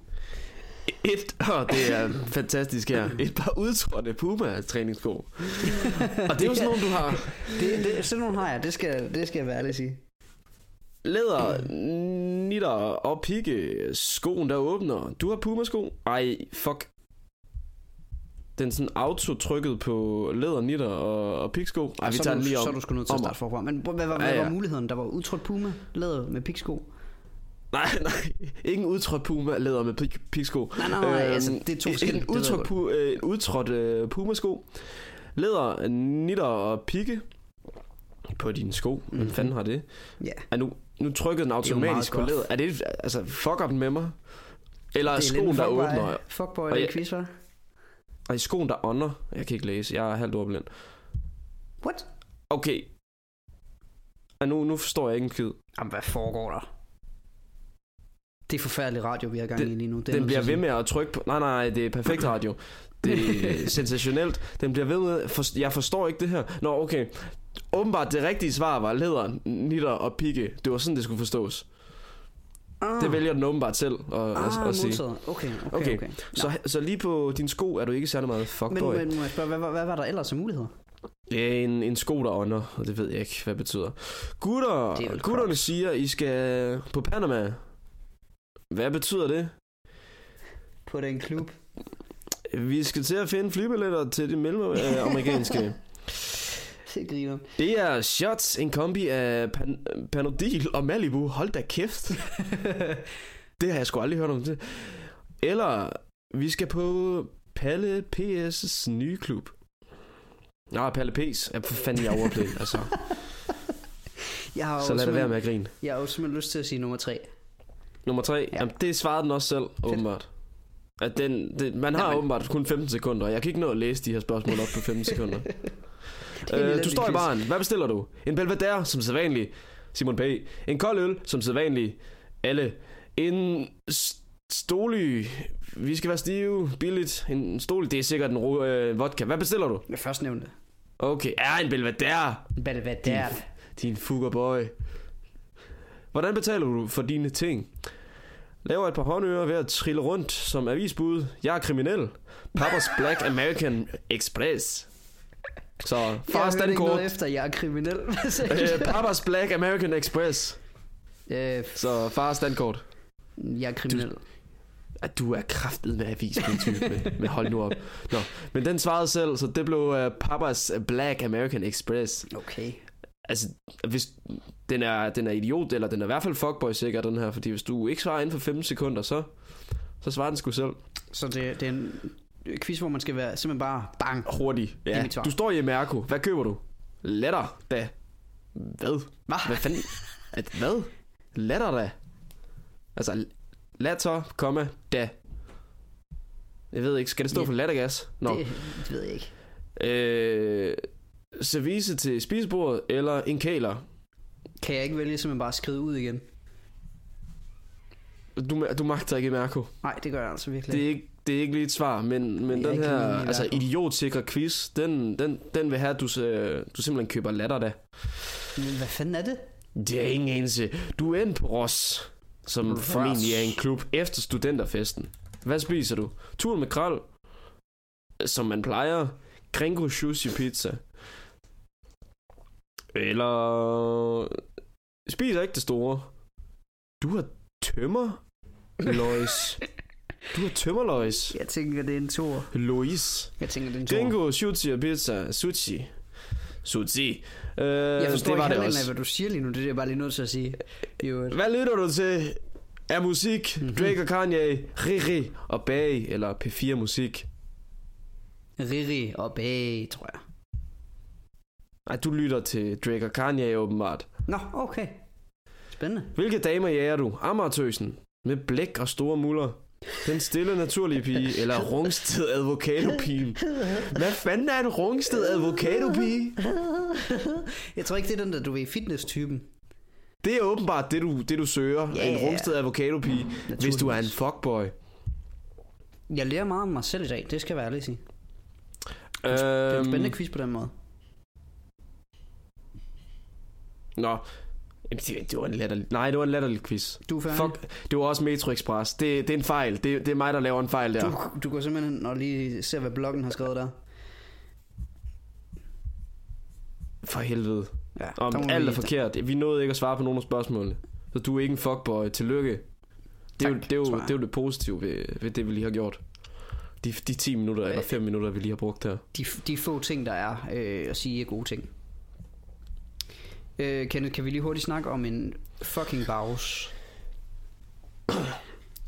Et, og det er fantastisk her, et par udtrådte Puma træningssko. Og det er jo sådan nogle, du har Det, det, sådan nogle har jeg, det skal, det skal jeg være ærlig at sige. læder, nitter og pigge, skoen der åbner. Du har Puma sko? Ej, fuck. Den er sådan autotrykket på læder, nitter og, og pigsko. Ej, vi så, tager er den du, lige om. så er du sgu nødt til at om- starte forfra. Men hvad, hvad, hvad Ja, ja, ja. ja. var muligheden? Der var udtrykt puma, lavet med piksko. Nej, nej. Ikke en udtrådt Puma læder med pik, piksko. Øhm, Nej, nej, nej, altså, det er to en- forskellige, En det ved jeg udtrådt, pu, øh, en udtrådt øh, Puma sko. Læder, nitter og pigge på dine sko. Hvem Mhm. fanden har det? Ja. Er nu, nu trykkede den Det er jo meget automatisk på godt. læder. Er det, altså, fucker den med mig? Eller er det lidt en skoen, der fuckboy- åbner? Fuckboy, Og det jeg- quiz, var. Og i skoen, der ånder? Jeg kan ikke læse. Jeg er halvt ordblind. What? Okay. Ej, nu, nu forstår jeg ikke en kid. Jamen, hvad foregår der? Det er forfærdelig radio, vi har gang i Den- lige nu. Det er Den nødt bliver til at ved med at trykke på... Nej, nej, det er perfekt radio. Det er sensationelt. Den bliver ved med... For... Jeg forstår ikke det her. Nå, okay. Åbenbart det rigtige svar var læder, nitter og pigge. Det var sådan, det skulle forstås. sige. Ah. Det vælger den åbenbart selv at, ah, at, Ah, at sige. modtaget. Okay, okay, Okay, okay. okay. Så, så lige på din sko er du ikke særlig meget men, fuckboy. men må jeg spørge, hvad, hvad, hvad var der ellers af muligheder? Ja, en, en sko, der ånder, og det ved jeg ikke, hvad det betyder. Det er jo Gutter, et gutterne crop. siger, I skal på Panama. Hvad betyder det? på den klub. Vi skal til at finde flybilletter til det Øh, mellemamerikanske. Det griner. det er shots, en kombi af pan- Panodil og Malibu. Hold da kæft. det har jeg sgu aldrig hørt om det. Eller vi skal på Palle PS' nye klub. Nå, Palle P's. Ja, for fanden, jeg overplay, altså. Jeg har Så jo lad det være simpelthen- med at grine. Jeg har jo simpelthen lyst til at sige nummer tre. Nummer 3. Ja. Ja. Jamen, det svarede den også selv, åbenbart. At den, det, man har Jamen. åbenbart kun 15 sekunder, og jeg kan ikke nå at læse de her spørgsmål op på 15 sekunder. øh, elendig du står i quiz. baren. Hvad bestiller du? En Belvedere, som sædvanlig. Simon P. En kold øl, som sædvanlig. Alle. En st- stoly. Vi skal være stive. Billigt. En stoly, det er sikkert en ro- øh, vodka. Hvad bestiller du? Jeg først nævnte. Okay, er en Belvedere. Belvedere. Din fuggerboy. Hvordan betaler du for dine ting? Laver et par håndører ved at trille rundt som avisbud. Jeg er kriminel. Papas Black American Express. Så far jeg hørte ikke standkort. noget efter, jeg er kriminel. Hvad sagde du? Øh, Papas Black American Express. øh, Så far standkort. jeg er kriminel. At du er kraftet med avisbudtype. med, med hold nu op. Nå, men den svarede selv, så det blev øh, Papas Black American Express. Okay. Altså, hvis den er, den er idiot, eller den er i hvert fald fuckboy sikkert, den her, fordi hvis du ikke svarer inden for 15 sekunder, så, så svarer den sgu selv Så det, det er en øh, quiz, hvor man skal være simpelthen bare bang. hurtigt. Det er Ja. mit svar. Du står i Mærko. Hvad køber du? Letter, da. Hvad? Hvad Hvad? fanden? At, hvad? Letter, da. Altså, latter, komma, da. Jeg ved ikke, skal det stå Ja. for lattergas? Nå. Det, det ved jeg ikke. Øh, service til spisebordet, eller en kæler? Kan jeg ikke vælge simpelthen bare at skride ud igen? Du, du magter ikke Mærko. Nej, det gør jeg altså virkelig Det er ikke. ikke, det er ikke lige et svar, men, men Jeg er den ikke her lige i hvert altså, fald. idiotsikre quiz, den, den, den vil have, at du, se- du simpelthen køber latter da. Men hvad fanden er det? Det er ingen anelse. Du er inde på Ross, som Ross. formentlig er en klub efter studenterfesten. Hvad spiser du? Tur med kral, som man plejer. Gringo sushi pizza. Eller... Spiser ikke det store. Du har tømmer, Lois. Du har tømmerløjs. Jeg tænker, det er en tor. Lois. Jeg tænker, det er en tor. Gringo, sushi og pizza. Sushi. Sushi. Øh, Jeg forstår det ikke var det halvdelen af, også. hvad du siger lige nu. Det er jeg bare lige nødt til at sige. Jo, Hvad lytter du til? Er musik, Mhm. Drake og Kanye, Riri og Bag, eller P4 Musik? Riri og Bage, tror jeg. Nej, du lytter til Drake og Kanye åbenbart. Nå, okay. Spændende. Hvilke damer jager du? Amartøsen. Med blæk og store muller. Den stille naturlige pige, eller Rungsted Advocadopigen. Hvad fanden er en Rungsted Advocadopige? Jeg tror ikke, det er den der, du ved, fitness-typen. Det er åbenbart det, du, det, du søger. Ja, ja, en ja. Rungsted Advocadopige, hvis du er en naturligvis. fuckboy. Jeg lærer meget om mig selv i dag, det skal jeg være ærlig at sige. Det er en Øhm, spændende quiz på den måde. Nå, Jamen, det, det var en latterlig... Nej, det var en latterlig quiz. Du er færdig. Fuck, det var også Metro Express. Det, det er en fejl. Det, det er mig, der laver en fejl der. Du, du går simpelthen hen og lige ser, hvad bloggen har skrevet der. For helvede. Ja, Om der må alt vi- er forkert. Vi nåede ikke at svare på nogen af spørgsmålene. Så du er ikke en fuckboy. Tillykke. Det er, jo, Tak, det, er jo, tror jeg. det er jo det positive ved, ved det, vi lige har gjort. De, de 10 minutter Øh. eller 5 minutter, vi lige har brugt her. De, de få ting, der er øh, at sige, er gode ting. Øh, Kenneth, kan vi lige hurtigt snakke om en fucking baus?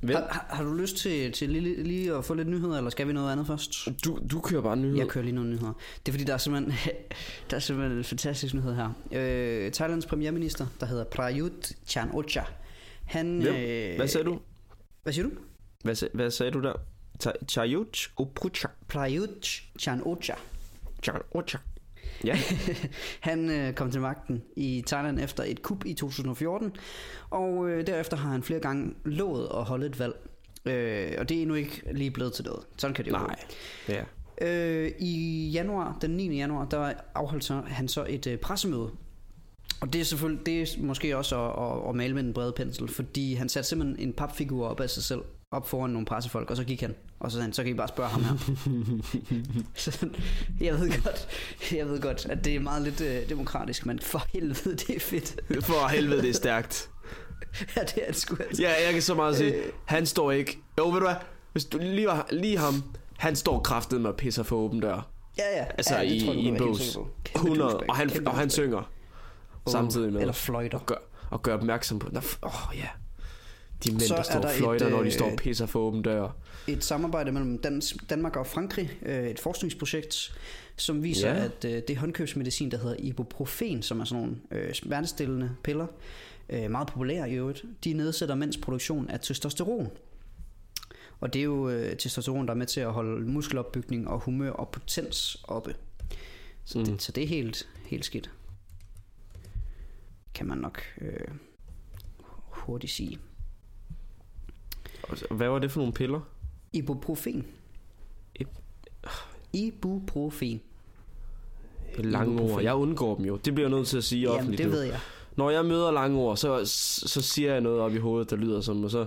Hvem? Har, har, har du lyst til, til lige, lige at få lidt nyheder, eller skal vi noget andet først? Du, du kører bare nyheder. Jeg kører lige nogle nyheder. Det er fordi, der er simpelthen, der er simpelthen en fantastisk nyhed her. Øh, Thailands premierminister, der hedder Prayut Chan-ocha, han... øh, Hvem? Hvad sagde du? Hvad siger du? Hvad, sag, hvad sagde du der? Ta- Chayuch Oprucha. Prayut Chan-ocha. Chan Ocha. Ja. han øh, kom til magten i Thailand efter et kup i 2014, og øh, derefter har han flere gange lovet at holde et valg. Øh, og det er endnu ikke lige blevet til noget. Sådan kan det jo gå. Nej. Ja. Øh, I januar, den 9. januar, der afholdt så, han så et øh, pressemøde. Og det er selvfølgelig det er måske også at, at, at male med en bred pensel, fordi han satte simpelthen en papfigur op af sig selv, op foran nogle pressefolk, og så gik han. Og så sagde han, så kan I bare spørge ham her. så, jeg ved godt, jeg ved godt, at det er meget lidt øh, demokratisk, men for helvede, det er fedt. For helvede, det er stærkt. ja, det er det sgu altså. Øh. Ja, jeg kan så meget sige, han står ikke. Jo, ved du hvad? Hvis du lige, var, lige ham, han står kraftet med og pisser for åben dør. Ja, ja. Altså ja, i, det tror jeg, du i kan en være helt bås. sikker på. Kæmpe 100, douchebag. og han, Kæmpe og han douchebag. synger Åh, samtidig med. Eller fløjter. og gør, og gør opmærksom på. Nå, f- Åh, ja. De mænd, Så der er står og der et, fløjter, når de øh, står og pisser for åben dør. Et samarbejde mellem Dans- Danmark og Frankrig, øh, et forskningsprojekt, som viser, Ja. ja. at øh, det håndkøbsmedicin, der hedder ibuprofen, som er sådan nogle øh, smertestillende piller, øh, meget populære i øvrigt, de nedsætter mænds produktion af testosteron. Og det er jo øh, testosteron, der er med til at holde muskelopbygning og humør og potens oppe. Så, mm. Mm. det, så det er helt, helt skidt. Kan man nok øh, hurtigt sige. Og så- Hvad var det for nogle piller? Ibuprofen. Ib- Ibuprofen. Lange ord. Ibuprofen. Jeg undgår dem jo. Det bliver jeg nødt til at sige Jamen, offentligt. det nu. ved jeg. Når jeg møder lange ord, så, så siger jeg noget op i hovedet, der lyder som, og så...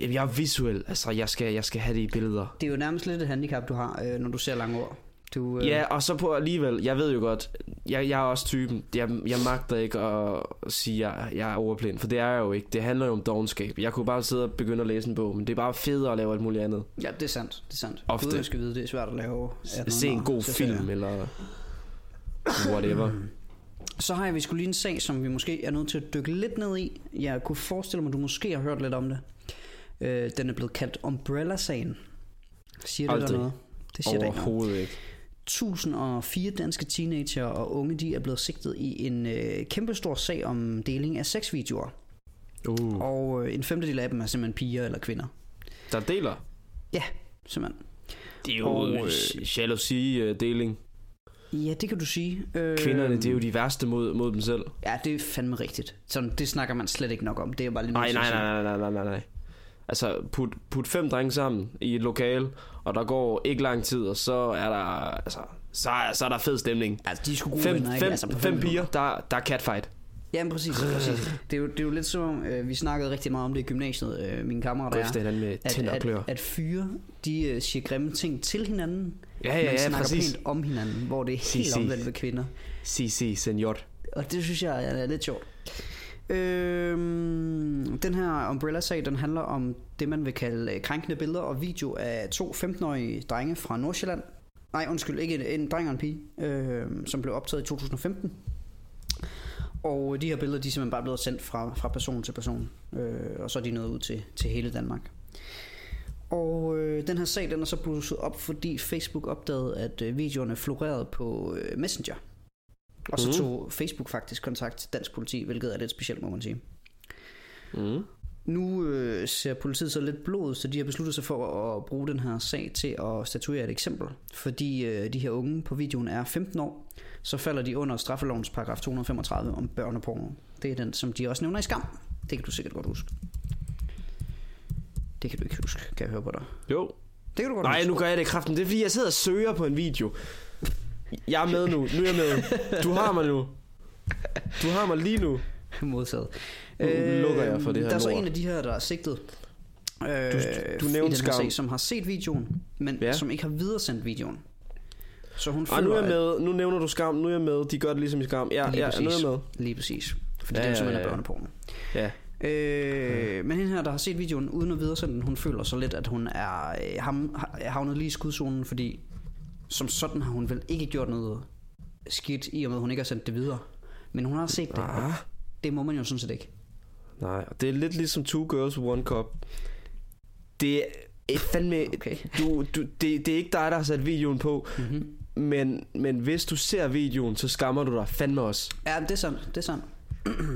Jamen, Jeg er visuel, altså jeg skal, jeg skal have det i billeder. Det er jo nærmest lidt et handicap, du har, øh, når du ser lange ord. Du, øh, Ja, og så på alligevel, jeg ved jo godt, jeg, jeg er også typen, jeg, jeg magter ikke at sige, at jeg, jeg er overblind, for det er jeg jo ikke. Det handler jo om dogenskab. Jeg kunne bare sidde og begynde at læse en bog, men det er bare federe at lave alt muligt andet. ja, det er sandt. Det er sandt. Ofte. Gud, jeg skal vide, det er svært at lave. 1800 Se en god serier. film, eller whatever. Så har jeg, vi skulle lige en sag, som vi måske er nødt til at dykke lidt ned i. Jeg kunne forestille mig, du måske har hørt lidt om det. Øh, den er blevet kaldt Umbrella-sagen. Siger det dig Aldrig. noget? Det siger dig ikke noget. Overhovedet ikke. 1004 danske teenager og unge, de er blevet sigtet i en øh, kæmpestor sag om deling af sexvideoer. Uh. Og øh, en femtedel af dem er simpelthen piger eller kvinder. Der deler. Simpelthen. Det er jo, jo øh, jalousi-deling. Ja, det kan du sige. Øh, Kvinderne, det er jo de værste mod, mod dem selv. Ja, det er fandme rigtigt. Sådan, det snakker man slet ikke nok om. Det er bare lidt Nej, nej, nej, nej, nej, nej, nej, nej. Altså, put, put fem drenge sammen i et lokale, og der går ikke lang tid, og så er der, altså, så er, så er der fed stemning. Altså, de er sgu gode Fem, venner, ikke? fem, altså, på fem minutter. piger, der, der er catfight. Jamen, præcis. præcis. Det, er jo, det er jo lidt som om, øh, vi snakkede rigtig meget om det i gymnasiet, øh, mine kammerater Gå er. efter hinanden med At, tænder og klør. at, at fyre, de øh, siger grimme ting til hinanden, Ja, ja, men ja, snakker præcis. pænt om hinanden, hvor det er helt Præcis. omvendt ved kvinder. Si, si, senor. Og det synes jeg er lidt sjovt. Øhm, den her Umbrella-sag, den handler om det, man vil kalde øh, krænkende billeder og video af to 15-årige drenge fra Nordsjælland. Nej, undskyld, ikke en, en dreng og en pige, øh, som blev optaget i 2015. Og de her billeder, de er simpelthen bare blevet sendt fra, fra person til person. Øh, og så er de nået ud til, til hele Danmark. Og øh, den her sag, den er så blusset op, fordi Facebook opdagede, at øh, videoerne florerede på øh, Messenger. Og så Mhm. tog Facebook faktisk kontakt til dansk politi, hvilket er lidt specielt, må man sige. Mm. Nu øh, ser politiet så lidt blod, så de har besluttet sig for at bruge den her sag til at statuere et eksempel. Fordi øh, de her unge på videoen er 15 år, så falder de under straffelovens paragraf 235 om børn og porno. Det er den, som de også nævner i skam. Det kan du sikkert godt huske. Det kan du ikke huske, kan jeg høre på dig. Jo. Det kan du godt Nej, huske. nu gør jeg det i kraften. Det er, fordi jeg sidder og søger på en video. Jeg er med nu. Nu er jeg med. Du har mig nu. Du har mig lige nu. Modtaget. Øhm, Nu lukker jeg for det her Der er så lort. en af de her, der er sigtet. Øh, du, du nævnte Skam. som har set videoen, men ja. Ja. som ikke har videresendt videoen. Så hun Ej, nu er jeg at- med. Nu nævner du skam. Nu er jeg med. De gør det ligesom i skam. Ja, Lige ja, nu er præcis. jeg med. Lige præcis. Fordi ja, Ja, det er jo ja, simpelthen ja, ja, ja. børneporno. Ja. Øh, Men hende her, der har set videoen uden at videresende den, hun føler så lidt, at hun er øh, ham, har- er havnet lige i skudzonen, fordi som sådan har hun vel ikke gjort noget skidt, i og med at hun ikke har sendt det videre. Men hun har set det, og Ah. det må man jo sådan set ikke. Nej, og det er lidt ligesom Two Girls One Cup. Det er fandme... Okay. Du, du, det, det er ikke dig, der har sat videoen på, Mm-hmm. men, men hvis du ser videoen, så skammer du dig fandme også. Ja, det er sandt, det er sandt.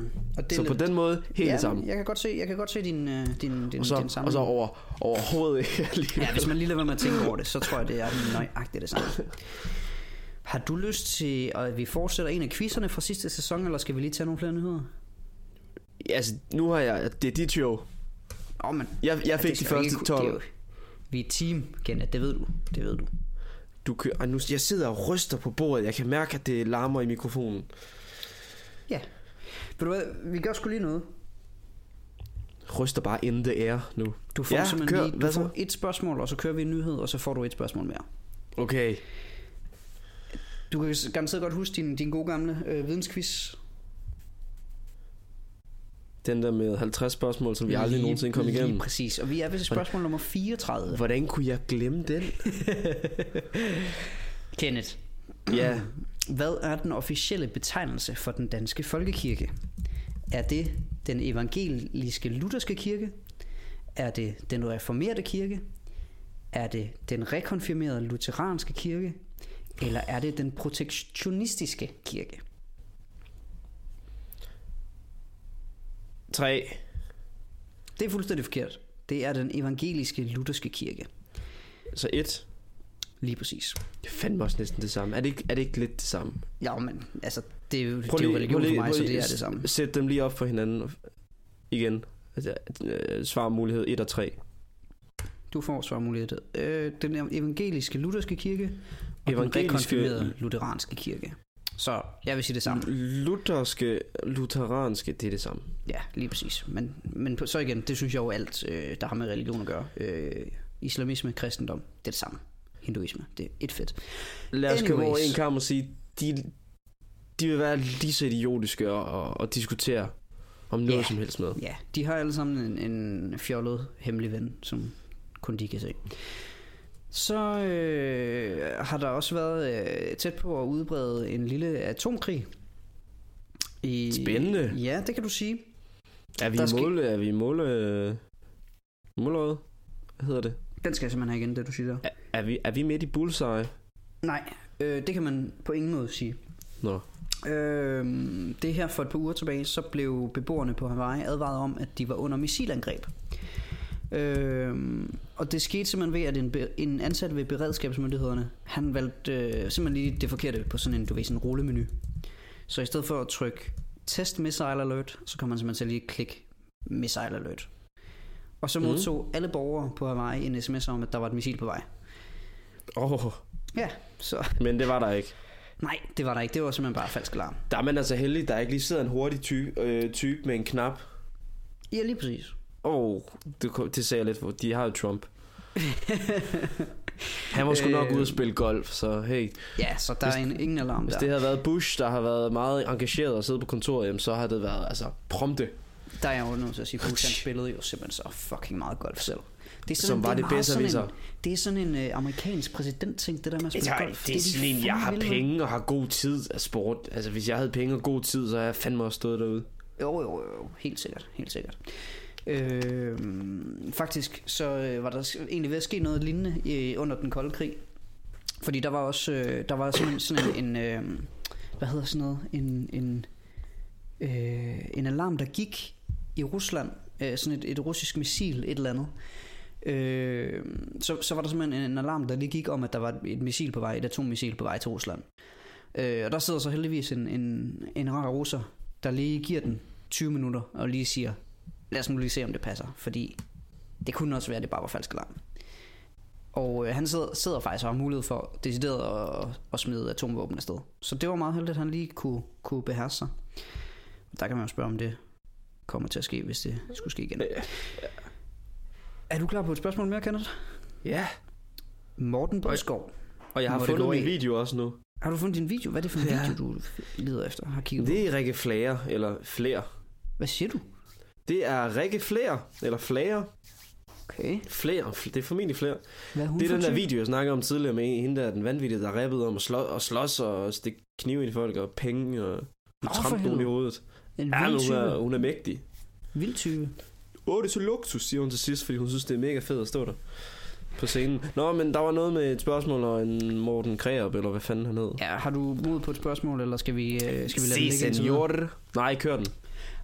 og det er Så på lidt- den måde, helt ja, det samme. Jeg kan godt se, jeg kan godt se din, øh, din, din, Og så, din og så sammenhæng. over, overhovedet ikke alligevel. Ja, hvis man lige lader være med at tænke over det, så tror jeg, det er nøjagtigt det samme. Har du lyst til, at vi fortsætter en af quizzerne fra sidste sæson, eller skal vi lige tage nogle flere nyheder? Altså, nu har jeg... Det er dit show. Åh, oh, men... Jeg, jeg fik det de skal jo første ikke- det er 12. jo- Vi er et team, Kenneth, det ved du. Det ved du. Du kø- Ej, nu, jeg sidder og ryster på bordet. Jeg kan mærke, at det larmer i mikrofonen. Ja. Ved du hvad, vi gør sgu lige noget. Ryster bare in the air nu. Du får Ja, simpelthen kør. lige, du Hvad så? får et spørgsmål, og så kører vi en nyhed, og så får du et spørgsmål mere. Okay. Du kan garanteret godt huske din, din gode gamle øh, vidensquiz. Den der med 50 spørgsmål, som vi aldrig Lige- nogensinde kom igennem. Lige præcis. Og vi er ved spørgsmål nummer 34. Hvordan kunne jeg glemme den? Kenneth, ja, hvad er den officielle betegnelse for den danske folkekirke? Er det den evangeliske lutherske kirke? Er det den reformerede kirke? Er det den rekonfirmerede lutheranske kirke? Eller er det den protektionistiske kirke? 3. Det er fuldstændig forkert. Det er den evangeliske lutherske kirke. Så 1. Lige præcis. Det er fandme også næsten det samme. Er det ikke, er det ikke lidt det samme? Ja, men altså, det er jo, det er jo religion for mig, så det er det samme. Sæt dem lige op for hinanden og- igen. Altså, øh, svar mulighed 1 og 3. Du får svarmulighed. Øh, den evangeliske lutherske kirke og evangeliske... den Evangeliske- rekonfirmerede lutheranske kirke. Så jeg vil sige det samme. Lutherske, lutheranske, det er det samme. Ja, lige præcis. Men, men på- så igen, det synes jeg jo alt, øh, der har med religion at gøre. Øh, islamisme, kristendom, det er det samme. Hinduisme, det er et fedt. Lad os komme Anyways. over en kamp og sige, de, de vil være lige så idiotiske og, og, og diskutere om noget Ja. som helst med. Ja, de har alle sammen en, en fjollet hemmelig ven, som kun de kan se. Så øh, har der også været øh, tæt på at udbrede en lille atomkrig. I, Spændende. Ja, det kan du sige. Er vi Der i skal- mål? Er vi i mål? Øh, måløjet? Hvad hedder det? Den skal jeg simpelthen have igen, det du siger der. Er, er, vi, er vi midt i bullseye? Nej, øh, det kan man på ingen måde sige. Nå. Øh, det her for et par uger tilbage, så blev beboerne på Hawaii advaret om, at de var under missilangreb. Øh, og det skete simpelthen ved, at en, be- en ansat ved beredskabsmyndighederne, han valgte øh, simpelthen lige det forkerte på sådan en, du ved, sådan en rullemenu. Så i stedet for at trykke test missile alert, så kan man simpelthen til lige klikke missile alert. Og så Mm. modtog mm. alle borgere på Hawaii en sms om, at der var et missil på vej. Åh, oh, Ja, så men det var der ikke. Nej, det var der ikke. Det var simpelthen bare falsk alarm. Der er man altså heldig, der ikke lige sidder en hurtig type, øh, type med en knap. Ja, lige præcis. Åh, oh, det, kom- det sagde jeg lidt for. De har jo Trump. Han var sgu nok Øh. ude at spille golf, så hey. Ja, så der er en, ingen alarm Hvis der. det havde været Bush, der har været meget engageret og siddet på kontoret, jamen, så har det været altså prompte, Der er jeg jo nødt til at sige, at han spillede jo simpelthen så fucking meget golf selv. Det er som var det, er meget bedste sådan ved sig. en, Det er sådan en øh, amerikansk præsidentting, det der med at spille Nej, Altså, golf. det er de sådan en, jeg fandme har helvede. penge og har god tid af sport. Altså, hvis jeg havde penge og god tid, så havde jeg fandme også stået derude. Jo, jo, jo. Helt sikkert. Helt sikkert. Øh, faktisk så øh, var der s- egentlig ved at ske noget lignende øh, under den kolde krig. Fordi der var også øh, der var sådan, sådan en, en øh, hvad hedder sådan noget, en, en, øh, en alarm, der gik i Rusland, øh, sådan et, et russisk missil, et eller andet. Øh, så, så var der simpelthen en, en alarm, der lige gik om, at der var et- et missil på vej, et atommissil på vej til Rusland. Øh, og der sidder så heldigvis en, en, en rar russer, der lige giver den 20 minutter og lige siger, lad os nu lige se, om det passer, fordi det kunne også være, at det bare var falsk alarm. Og øh, han sidder, sidder faktisk og har mulighed for decideret at, at smide atomvåben afsted. Så det var meget heldigt, at han lige kunne, kunne beherske sig. Der kan man jo spørge, om det kommer til at ske, hvis det skulle ske igen. Er du klar på et spørgsmål mere, Kenneth? Ja, Morten Bødskov. og jeg har Må det fundet gå min af? video også nu. Har du fundet din video? Hvad er det for en Ja. ja. video, du leder efter? Har kigget det... på? Det er Rikke Flager, eller Flair. Hvad siger du? Det er Rikke Flair, eller Flager. Okay. Flair, fl- det er formentlig Flair. Hvad er hun Det er den for der en type? video, jeg snakker om tidligere med en- hende der, den vanvittige, der rappede om at, slå, at slås og stikke knive ind i folk og penge og Nå, for trampe nogen i helvede. hovedet. En Ja, men vild hun type. er, hun er mægtig. Vild type. Åh, det er så luksus, siger hun til sidst, fordi hun synes, det er mega fedt at stå der på scenen. Nå, men der var noget med et spørgsmål og en Morten Kreab, eller hvad fanden han hed. Ja, har du mod på et spørgsmål, eller skal vi, øh, skal vi lade den ligge indtil videre? senor. Nej, kør den.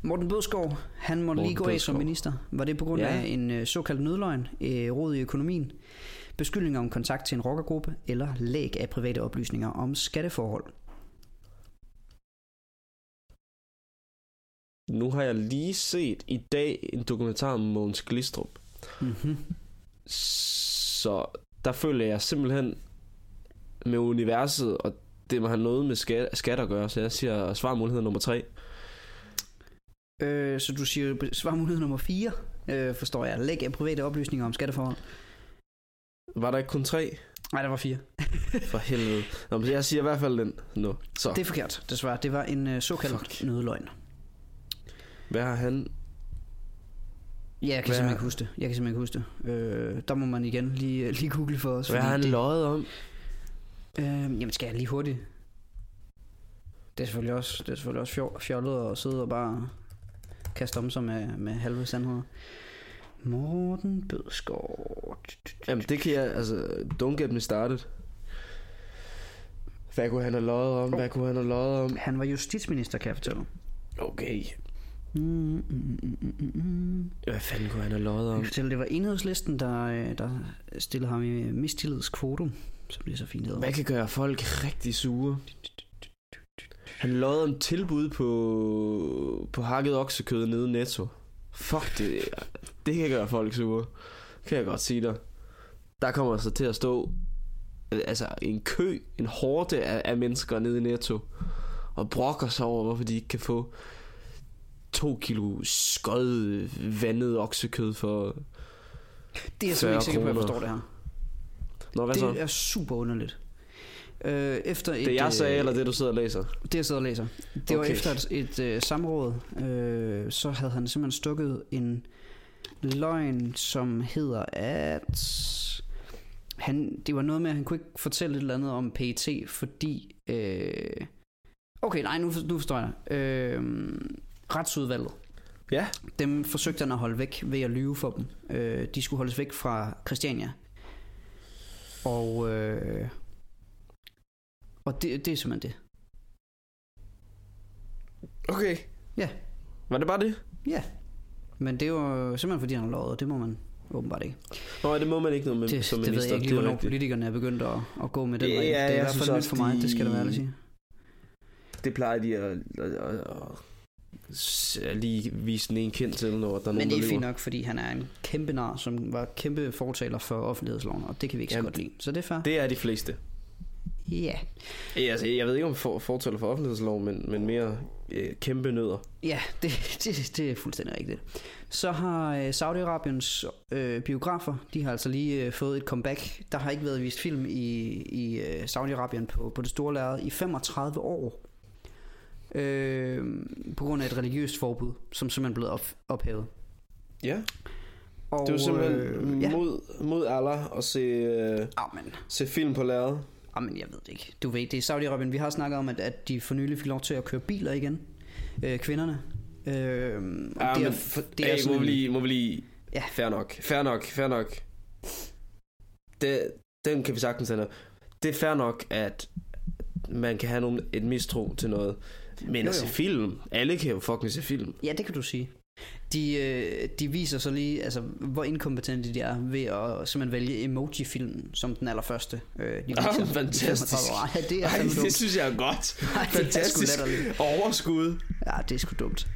Morten Bødskov, han måtte Morten lige gå af som Bødskov. minister. Var det på grund Ja. af en øh, såkaldt nødløgn, øh, råd i økonomien, beskyldninger om kontakt til en rockergruppe, eller læg af private oplysninger om skatteforhold? Nu har jeg lige set i dag en dokumentar om Mogens Glistrup. Mm-hmm. Mhm. Så der føler jeg simpelthen med universet, og det må have noget med skat, skat at gøre, så jeg siger svar mulighed nummer 3. Øh, så du siger svarmulighed nummer 4, øh, forstår jeg. Læg af private oplysninger om skatteforhold. Var der ikke kun tre? Nej, der var 4. For helvede. Nå, men jeg siger i hvert fald den nu. Så, Det er forkert, desværre. Det var en øh, såkaldt Fuck. nødløgn. hvad har han Ja, jeg kan Hvad- simpelthen ikke huske det. Jeg kan simpelthen ikke huske det. Øh, der må man igen lige, lige google for os. Hvad har han fordi løjet om? det, øh, jamen, skal jeg lige hurtigt? Det er selvfølgelig også, det er selvfølgelig også fjol, fjollet at sidde og bare kaste om sig med, med halve sandheder. Morten Bødskov. Jamen, det kan jeg... Altså, don't get me started. Hvad kunne han have løjet om? Hvad kunne han have løjet om? Han var justitsminister, kan jeg fortælle. Okay. Mm, mm, mm, mm, mm, mm. Hvad fanden kunne han have løjet Jeg om? kan fortælle, det var enhedslisten, der, øh, der stillede ham i mistillidskvotum, som det så fint hedder. Hvad kan gøre folk rigtig sure? Han løjede om tilbud på, på hakket oksekød nede i Netto. Fuck, det, det kan gøre folk sure. Kan jeg godt sige dig. Der kommer så til at stå øh, altså en kø, en horde af, af mennesker nede i Netto, og brokker sig over, hvorfor de ikke kan få to kilo skød øh, vandet oksekød for... Det er jeg simpelthen ikke 40 sikker på, at jeg kroner. forstår det her. Nå, hvad det, så? Det er super underligt. Øh, efter et, Det jeg sagde, øh, eller det du sidder og læser? Det jeg sidder og læser. Det var Okay. efter et, et øh, samråd, øh, så havde han simpelthen stukket en løgn, som hedder, at han, det var noget med, at han kunne ikke fortælle et eller andet om PET, fordi... Øh, okay, nej, nu, for- nu forstår jeg. Øh, retsudvalget. Ja. Dem forsøgte han at holde væk ved at lyve for dem. Øh, de skulle holdes væk fra Christiania. Og, øh, og det, det er simpelthen det. Okay. Ja. Var det bare det? Ja. Men det er jo simpelthen fordi, han har lovet, og det må man åbenbart ikke. Nej, det må man ikke noget med Det, som det minister. ved jeg ikke lige, er hvornår rigtigt. politikerne er begyndt at, at gå med den Ja, regel. det er i jeg hvert synes fald nyt også, for mig, det skal der være ærligt sige. det plejer de at, at, at, at, s- at lige vise den ene kendt til, når der er nogen, Men det er der fint lyver. nok, fordi han er en kæmpe nar, som var kæmpe fortaler for offentlighedsloven, og det kan vi ikke så Jamen, godt lide. Så det er fair. Det er de fleste. Ja. Ja, altså, jeg ved ikke, om for, fortaler for offentlighedsloven, men, men mere øh, kæmpe nødder. Ja, det, det, det er fuldstændig rigtigt. Så har øh, Saudi-Arabiens øh, biografer, de har altså lige øh, fået et comeback. Der har ikke været vist film i, i øh, Saudi-Arabien på, på det store lærred i 35 år. Øh, på grund af et religiøst forbud, som simpelthen blev op, ophævet. Ja, øh, Og, øh, det er jo simpelthen ja. mod, mod Allah at se, øh, Amen. se film på lærredet. Jamen, jeg ved det ikke. Du ved, det er Saudi-Arabien. Vi har snakket om, at, at de for nylig fik lov til at køre biler igen. Øh, kvinderne. Øh, og Ja, Ah, men det er må, sådan vi en- lige, må vi lige... Ja. Ja. Fair nok, fair nok, fair nok. Det, den kan vi sagtens have. Det er fair nok, at man kan have nogle, et mistro til noget. Men Jo, at se jo. film, alle kan jo fucking se film. Ja, det kan du sige. De, øh, de viser så lige, altså, hvor inkompetente de er ved at simpelthen vælge emoji-filmen som den allerførste. Øh, de viser. Ah, fantastisk. 35 år. Ja, det er Ej, fandme det dumt. synes jeg er godt. Ej, det er sgu fantastisk. latterligt. Overskud. Ja, det er sgu dumt.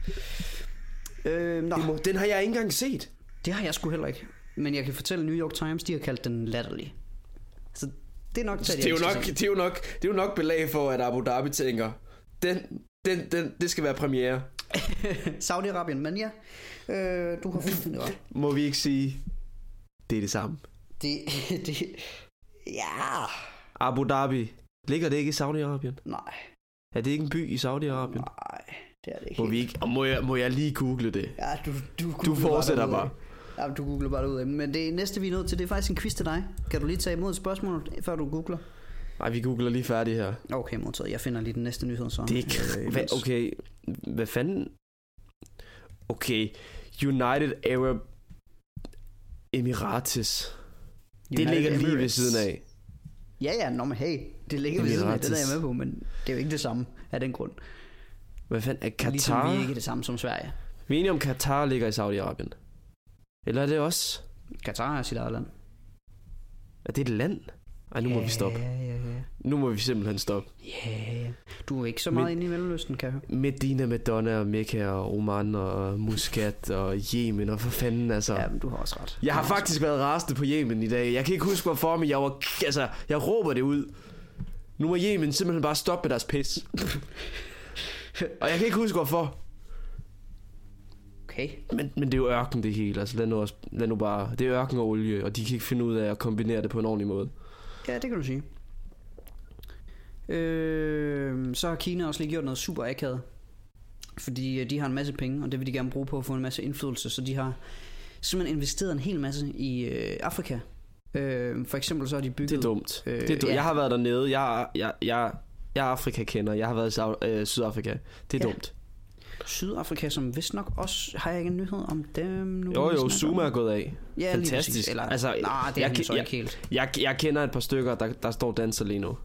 Øh, nå, Det må- Den har jeg ikke engang set. det har jeg sgu heller ikke. Men jeg kan fortælle, at New York Times, de har kaldt den latterlig. Så det er nok til, at jeg Det er, jo ikke skal nok, se den. det, er jo nok, det er jo nok belag for, at Abu Dhabi tænker, den, den, den, det skal være premiere. Saudi-Arabien, men ja, øh, du har fuldstændig ret. Må vi ikke sige, det er det samme. Det, det, ja, Abu Dhabi. Ligger det ikke i Saudi-Arabien? nej, Er det ikke en by i Saudi-Arabien? nej, det er det ikke. Må, vi ikke, og må, jeg, må jeg lige google det? Ja, du, du, Du googler fortsætter derudad. bare. Ja, du googler bare ud. Men det næste, vi er nødt til, det er faktisk en quiz til dig. Kan du lige tage imod et spørgsmål, før du googler? Nej, vi googler lige færdig her. Okay, modtaget. Jeg finder lige den næste nyhed så. Øh, Det er ikke... Hva, okay, hvad fanden? Okay, United Arab Emirates. Det ligger lige ved siden af. Ja, ja, nå, men hey, det ligger ved siden af, det der er jeg med på, men det er jo ikke det samme af den grund. Hvad fanden er Ligesom Katar? vi Ligesom ikke er det samme som Sverige. vi er enige om, Katar ligger i Saudi-Arabien. Eller er det også? Katar er sit eget land. Er det et land? Ej, nu må vi stoppe. Ja, ja, ja. Nu må vi simpelthen stoppe. Ja, ja. Du er ikke så meget Men- inde i Mellemøsten, kan jeg høre. Medina, Madonna, og Mekka og Oman og Muscat og Yemen og for fanden altså. Ja, men du har også ret. Jeg har faktisk været rasende på Yemen i dag. Jeg kan ikke huske hvorfor, men jeg var... Altså, jeg råber det ud. Nu må Yemen simpelthen bare stoppe med deres pis. Og jeg kan ikke huske hvorfor. Okay. Men, men det er jo ørken det hele. Altså, lad nu, også, lad nu bare... Det er ørken og olie, og de kan ikke finde ud af at kombinere det på en ordentlig måde. Ja, det kan du sige. Øh, så har Kina også lige gjort noget super akavet. Fordi øh, de har en masse penge, og det vil de gerne bruge på at få en masse indflydelse. Så de har simpelthen investeret en hel masse i øh, Afrika. Øh, for eksempel så har de bygget... Det er dumt. Øh, det er dumt. ja. Jeg har været dernede. Jeg, jeg, jeg, jeg er Afrika-kender. Jeg har været i Sau- øh, Sydafrika. Det er Ja. dumt. Sydafrika, som vist nok også... Har jeg ikke en nyhed om dem Jo, nu? vi snakker jo, om? Zuma er gået af. Ja, lige Fantastisk. præcis. Eller, Altså, altså, nej, det er jeg jeg, han kan- jo så jeg- ikke helt. Jeg, jeg kender et par stykker, der, der står og danser lige nu.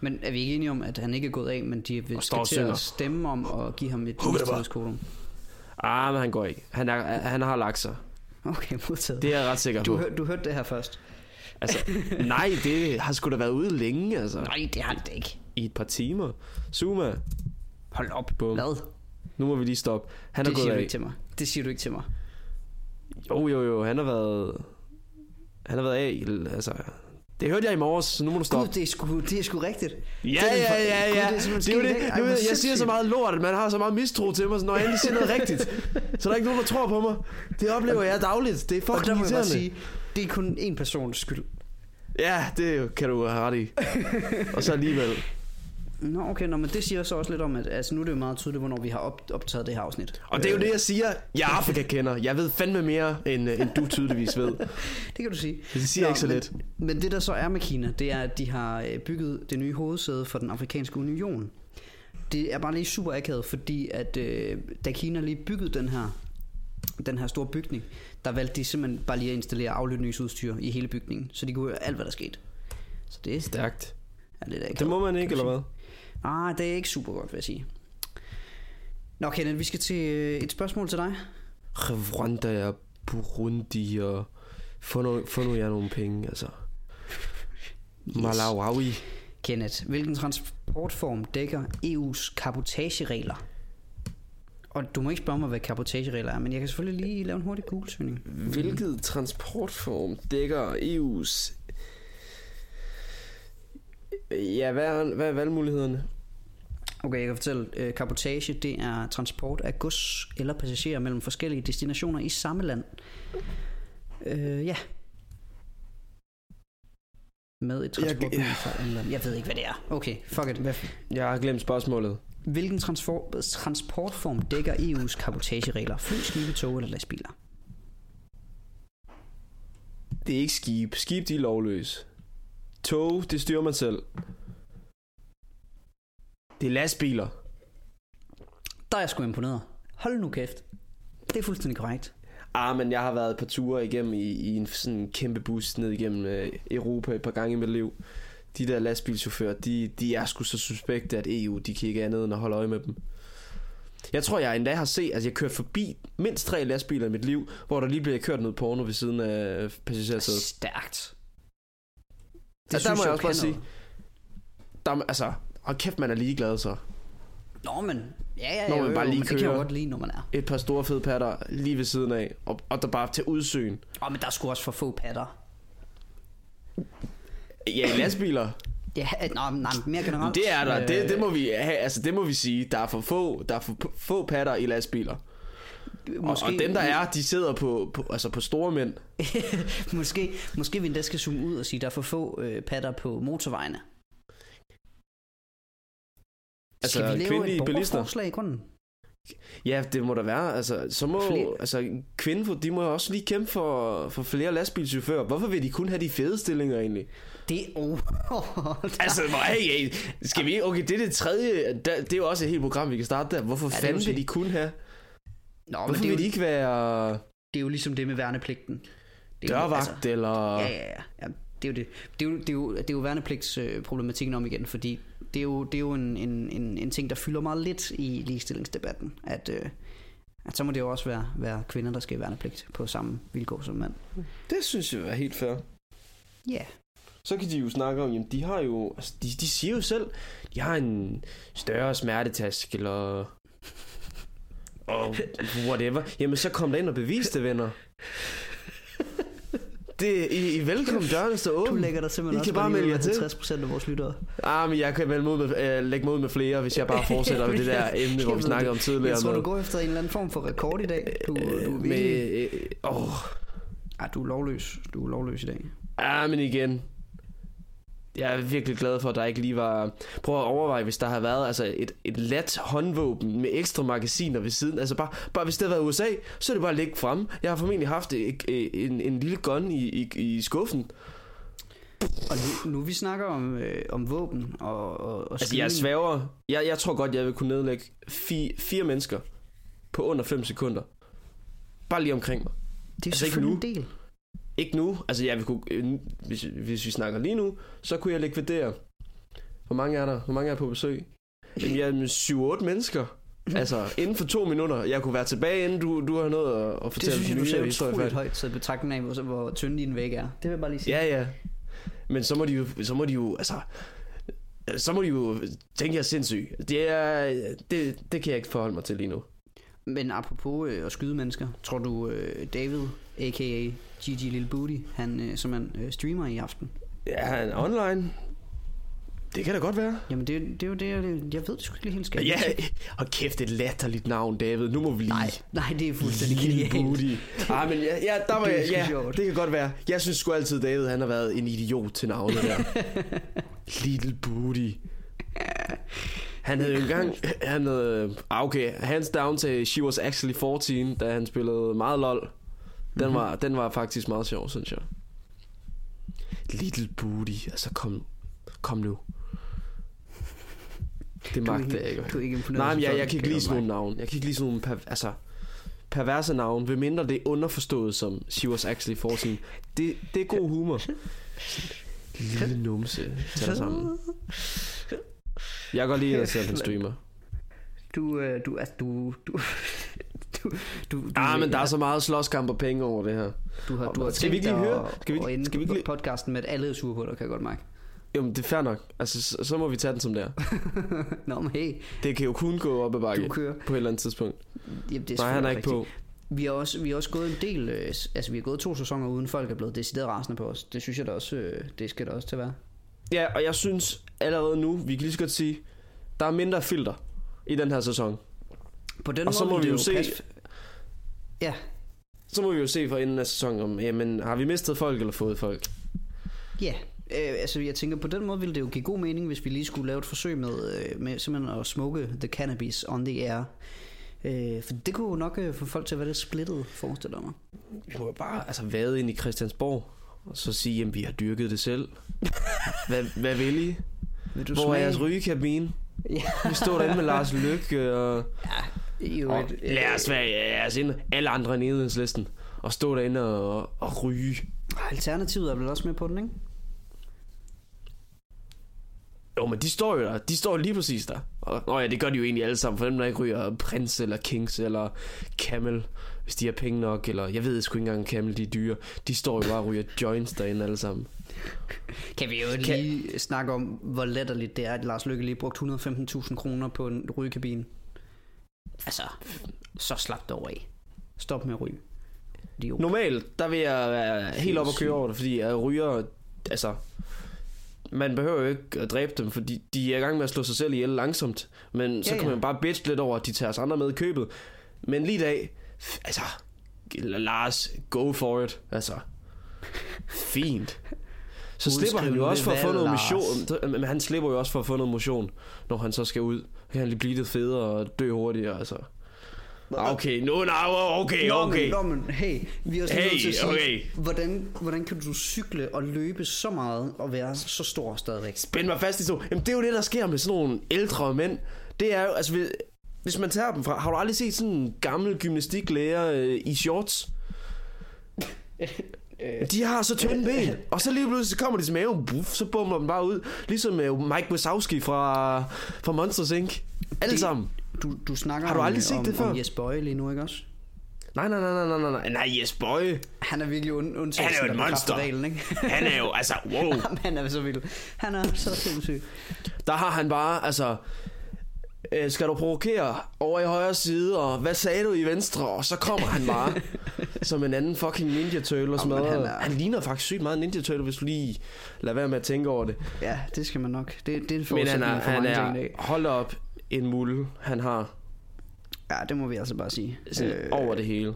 Men er vi ikke enige om, at han ikke er gået af, men de vil Og står skal og til synger. at stemme om og give ham et Who the fuck? livstidskodum? Ah, men han går ikke. Han, er, han har lagt sig. Okay, modtaget. Det er jeg ret sikker Du, på. hør, du hørte det her først. Altså, nej, det har sgu da været ude længe, altså. Nej, det har det ikke. I et par timer. Zuma, Hold op. Bum. Hvad? nu må vi lige stoppe. Han er det gået siger du af. ikke til mig. Det siger du ikke til mig. Jo, jo, jo, han har været... Han har været af, i- altså... Det hørte jeg i morges, så nu må du Stop. stoppe. Gud, det er sgu, det er sgu rigtigt. Ja, Det er den ja, for- ja, Gud, ja. det er simpelthen Det er jo sket det. i dag. Ej, Nu, hvor jeg siger sindssygt. så meget lort, at man har så meget mistro til mig, så når jeg endelig siger noget rigtigt, så er der ikke nogen, der tror på mig. Det oplever jeg dagligt. Det er Og der fucking må jeg bare irriterende. sige, det er kun én persons skyld. Ja, det kan du have ret i. Og så alligevel. Nå, okay, nå, men det siger så også lidt om, at altså, nu er det jo meget tydeligt, hvornår vi har op, optaget det her afsnit. Og det er jo Øh, det, jeg siger. Jeg er Afrika-kender. Jeg ved fandme mere, end, øh, end du tydeligvis ved. Det kan du sige. Det siger jeg ikke så let. Men, men det der så er med Kina, det er, at de har øh, bygget det nye hovedsæde for den afrikanske union. Det er bare lige super akavet, fordi at øh, da Kina lige byggede den her, den her store bygning, der valgte de simpelthen bare lige at installere aflytningsudstyr i hele bygningen, så de kunne høre alt, hvad der skete. Så det er, Stærkt. er lidt akavet. Det må man ikke, eller hvad? Ah, det er ikke super godt, vil jeg sige. Nå, Kenneth, vi skal til øh, et spørgsmål til dig. Rwanda og Burundi og... Få nu, få nu jer nogle penge, altså. Malawi. Kenneth, hvilken transportform dækker EU's kapotageregler? Og du må ikke spørge mig, hvad kapotageregler er, men jeg kan selvfølgelig lige lave en hurtig Google-søgning. Hvilket transportform dækker E EU's... Ja, hvad er, hvad er valgmulighederne? Okay, jeg kan fortælle, øh, kapotage det er transport af gods eller passagerer mellem forskellige destinationer i samme land. Øh, ja. Med et Jeg- transport ja. fra et land. Jeg ved ikke, hvad det er. Okay, fuck it. Jeg har glemt spørgsmålet. Hvilken transfor- transportform dækker EU's kapotageregler? Fly, skibe, tog eller lastbiler? Det er ikke skib. Skib, de er lovløse. Tog, det styrer man selv. Det er lastbiler. Der er jeg sgu imponeret. Hold nu kæft. Det er fuldstændig korrekt. Ah, men jeg har været på ture igennem i, i en sådan kæmpe bus ned igennem øh, Europa et par gange i mit liv. De der lastbilchauffører, de, de er sgu så suspekte, at EU de kan ikke andet end at holde øje med dem. Jeg tror, jeg endda har set, altså jeg kørt forbi mindst tre lastbiler i mit liv, hvor der lige bliver kørt noget porno ved siden af passagersædet. Stærkt. Ja, Altså- der synes må jeg også kan bare sige- noget. Der, er- altså, og kæft, man er ligeglad så. Nå, men... Ja, ja, Når ja, man jo, bare jo, lige men det kan jeg kører. jo godt lide, når man er. Et par store fede patter lige ved siden af, og, og der bare til udsyn. Åh, men der er sgu også for få patter. Ja, i lastbiler. Ja, øh, nå, men- nej, men mere generelt. Det er der. Øh, Det, det, må vi have. Altså, det må vi sige. Der er for få, der er for p- få patter i lastbiler. Øh, Måske, og, og dem, der er, de sidder på, på, altså på store mænd. måske, måske vi endda skal zoome ud og sige, der er for få øh, patter på motorvejene. Altså, skal vi lave kvindelige et bilister? borgerforslag i grunden? Ja, det må der være. Altså, så må Flere- altså, kvinder, de må jo også lige kæmpe for, for flere lastbilchauffører. Hvorfor vil de kun have de fede stillinger egentlig? Det oh, Altså, hvor, hey, hey, skal vi Okay, det er det tredje. Der, det er jo også et helt program, vi kan starte der. Hvorfor det ja, må fanden man vil sige. de kun have? Nå, men Hvorfor det er, vil jo, de ikke være det er jo ligesom det med værnepligten. Det er altså- jo- dørvagt eller... Ja, ja, ja. ja det, er jo det. det er jo det. Er jo, det er jo værnepligtsproblematikken om igen, fordi det er jo, det er jo en, en, en, en ting, der fylder meget lidt i ligestillingsdebatten, at, øh, at så må det jo også være, være kvinder, der skal i værnepligt på samme vilkår som mand. Det synes jeg er helt fair. Ja. Yeah. så kan de jo snakke om, jamen de har jo, altså de, de siger jo selv, de har en større smertetask, eller og whatever. Jamen så kom der ind og bevis det, venner. Det, I, I er velkommen døren så Du åben. lægger dig simpelthen I også kan bare lige melde ud af jer til. 50% af vores lyttere. Ah, men jeg kan vel mod med, øh, lægge mod med flere, hvis jeg bare fortsætter med det der emne, hvor vi ved snakkede om tidligere. Jeg tror, du med, går efter en eller anden form for rekord i dag. Du, du, er øh, virkelig... med, øh, åh, Ej, du er lovløs. Du er lovløs i dag. ah, men igen. jeg er virkelig glad for, at der ikke lige var... Prøv at overveje, hvis der har været altså, et, et let håndvåben med ekstra magasiner ved siden. Altså bare, bare hvis det havde været USA, så er det bare at ligge fremme. Jeg har formentlig haft et, en, en lille gun i, i, i skuffen. Og nu, nu vi snakker om, øh, om våben og, og, og Altså jeg skydning. svæver. Jeg, jeg tror godt, jeg vil kunne nedlægge fi, fire mennesker på under 5 sekunder. Bare lige omkring mig. Det er altså ikke selvfølgelig nu. en del. Ikke nu. Altså, jeg vil kunne, øh, hvis, hvis vi snakker lige nu, så kunne jeg likvidere. Hvor mange er der? Hvor mange er på besøg? Jamen, jeg er 7-8 mennesker. Altså, inden for to minutter. Jeg kunne være tilbage, inden du, du har noget at, at Det fortælle. synes den jeg, du nye ser historie utroligt færdig. højt, så i betragtning af, hvor, hvor tynd din væg er. Det vil jeg bare lige sige. Ja, ja. Men så må de jo, så må de jo altså, så må de jo tænke, jeg er sindssyg. Det, er, det, det kan jeg ikke forholde mig til lige nu. Men apropos øh, at skyde mennesker, tror du øh, David, a.k.a. GG Lil Booty, han øh, som han øh, streamer i aften? Ja, han er online. Det kan da godt være. Jamen det, det er jo det, jeg, jeg ved det sgu ikke lige helt skal. Ja, og kæft, et latterligt navn, David. Nu må vi lige... Nej, nej, det er fuldstændig Lille genialt. booty. Ah, men ja, ja, der var, Det er jeg- sgu ja, sjovt. det kan godt være. Jeg synes sgu altid, David han har været en idiot til navnet der. Little Booty. Han havde jo engang... Han havde, ah, okay, hands down til She Was Actually 14, da han spillede meget lol. Mhm. Den var, den var faktisk meget sjov, synes jeg. Little Booty. Altså, kom, kom nu. Det Du er magter jeg ikke, ikke. du er ikke imponeret. Nej, som men jeg, sådan, jeg kan ikke lide godt sådan nogle mærke. navn. Jeg kan ikke lide sådan nogle per, altså, perverse navn, ved mindre det er underforstået som She Was Actually 14. Det, det er god humor. Lille numse. Tag dig sammen. Jeg går lige ind og ser på en streamer. Du, øh, du, altså, du, du, du, du, du, Ah, men der er så meget slåskamp og penge over det her. du har, du har Skal vi ikke lige tænkt dig høre? at- Skal vi ikke- at ende skal vi ikke lige- podcasten med, at alle er sure på dig, kan jeg godt mærke. Jamen, det er fair nok. Altså, så, så må vi tage den som der. Nå, men hey, Det kan jo kun gå op ad bakke du kører. på et eller andet tidspunkt. Jamen, det er Nej, han er selvfølgelig ikke rigtigt. på. Vi har også, vi har også gået en del, øh, s- altså vi har gået to sæsoner uden folk er blevet decideret rasende på os. Det synes jeg da også, øh, det skal der også til at være. Ja, og jeg synes allerede nu, vi kan lige så godt sige, der er mindre filter i den her sæson. På den Og måde så må ville vi det jo passe se- f- Ja, Så må vi jo se for enden af sæsonen, om jamen, har vi mistet folk eller fået folk? ja. Øh, altså jeg tænker, på den måde ville det jo give god mening, hvis vi lige skulle lave et forsøg med, øh, med simpelthen at smukke the cannabis on the air. Øh, for det kunne jo nok øh, få folk til at være lidt splittet, forestiller jeg mig. Vi må jo bare altså, vade ind i Christiansborg, og så sige, jamen vi har dyrket det selv. hvad, hvad vil I? Vil du Hvor er jeres rygekabine? Ja. Vi står derinde med Lars Lykke og... Jo, og et- lad os være lad os ind, alle andre i nedhedslisten og stå derinde og, og ryge. Alternativet er vel også med på den, ikke? Jo, men de står jo der. De står lige præcis der. Og, nå ja, det gør de jo egentlig alle sammen, for dem der ikke ryger prins eller kings eller camel, hvis de har penge nok, eller jeg ved sgu ikke engang, om camel de er dyre. De står jo bare og ryger joints derinde alle sammen. Kan vi jo kan... lige snakke om, hvor letterligt det er, at Lars Lykke lige brugte 115.000 kroner på en rygekabine. Altså, så slap det over af. Stop med at ryge. Idiot. Normalt, der vil jeg være helt op og køre over det, fordi jeg ryger, altså, man behøver jo ikke at dræbe dem, fordi de er i gang med at slå sig selv ihjel langsomt. Men så Ja, ja, kan ja. man bare bitch lidt over, at de tager os andre med i købet. Men lige i dag, f- altså, Lars, go for it. Altså, fint. Så Udskriv slipper han nu jo også det for at få valg, noget Lars. motion. Men han slipper jo også for at få noget motion, når han så skal ud. Så kan han lige blive lidt federe og dø hurtigere, altså. Ah, Okay, nu, no, okay, okay. Nå, men, nå, men, hey, vi er også Hey, nødt til at sige, okay. hvordan, hvordan kan du cykle og løbe så meget og være så stor stadigvæk? Spænd mig fast i sådan nogle- Jamen det er jo det, der sker med sådan nogle ældre mænd. Det er jo, altså hvis, hvis man tager dem fra... Har du aldrig set sådan en gammel gymnastiklærer øh, i shorts? De har så tynde ben, og så lige pludselig så kommer de til maven, buff, så bumler den bare ud. Ligesom øh, Mike Wazowski fra, fra Monsters Inc. Alle Det- sammen. Du, du snakker Har du om, aldrig set om, det før? om Jes Bøje lige nu, ikke også? Nej, nej, nej, nej, nej, nej, nej, nej, yes boy. Han er virkelig und- undtagelsen, Han er jo et der bekræfter monster. Reglen, ikke? Han er jo, altså, wow. Jamen, han er så vild. Han er så sindssyg. Der har han bare, altså... Øh, skal du provokere over i højre side, og hvad sagde du i venstre? Og så kommer han bare som en anden fucking Ninja Turtle og smadrer. han Han, er- han ligner faktisk sygt meget en Ninja Turtle, hvis du lige lader være med at tænke over det. Ja, det skal man nok. Det, det er en Men han forudsætning er, for han mange ting i er dag. hold op en mulde, han har Ja, det må vi altså bare sige. sådan øh, over det hele.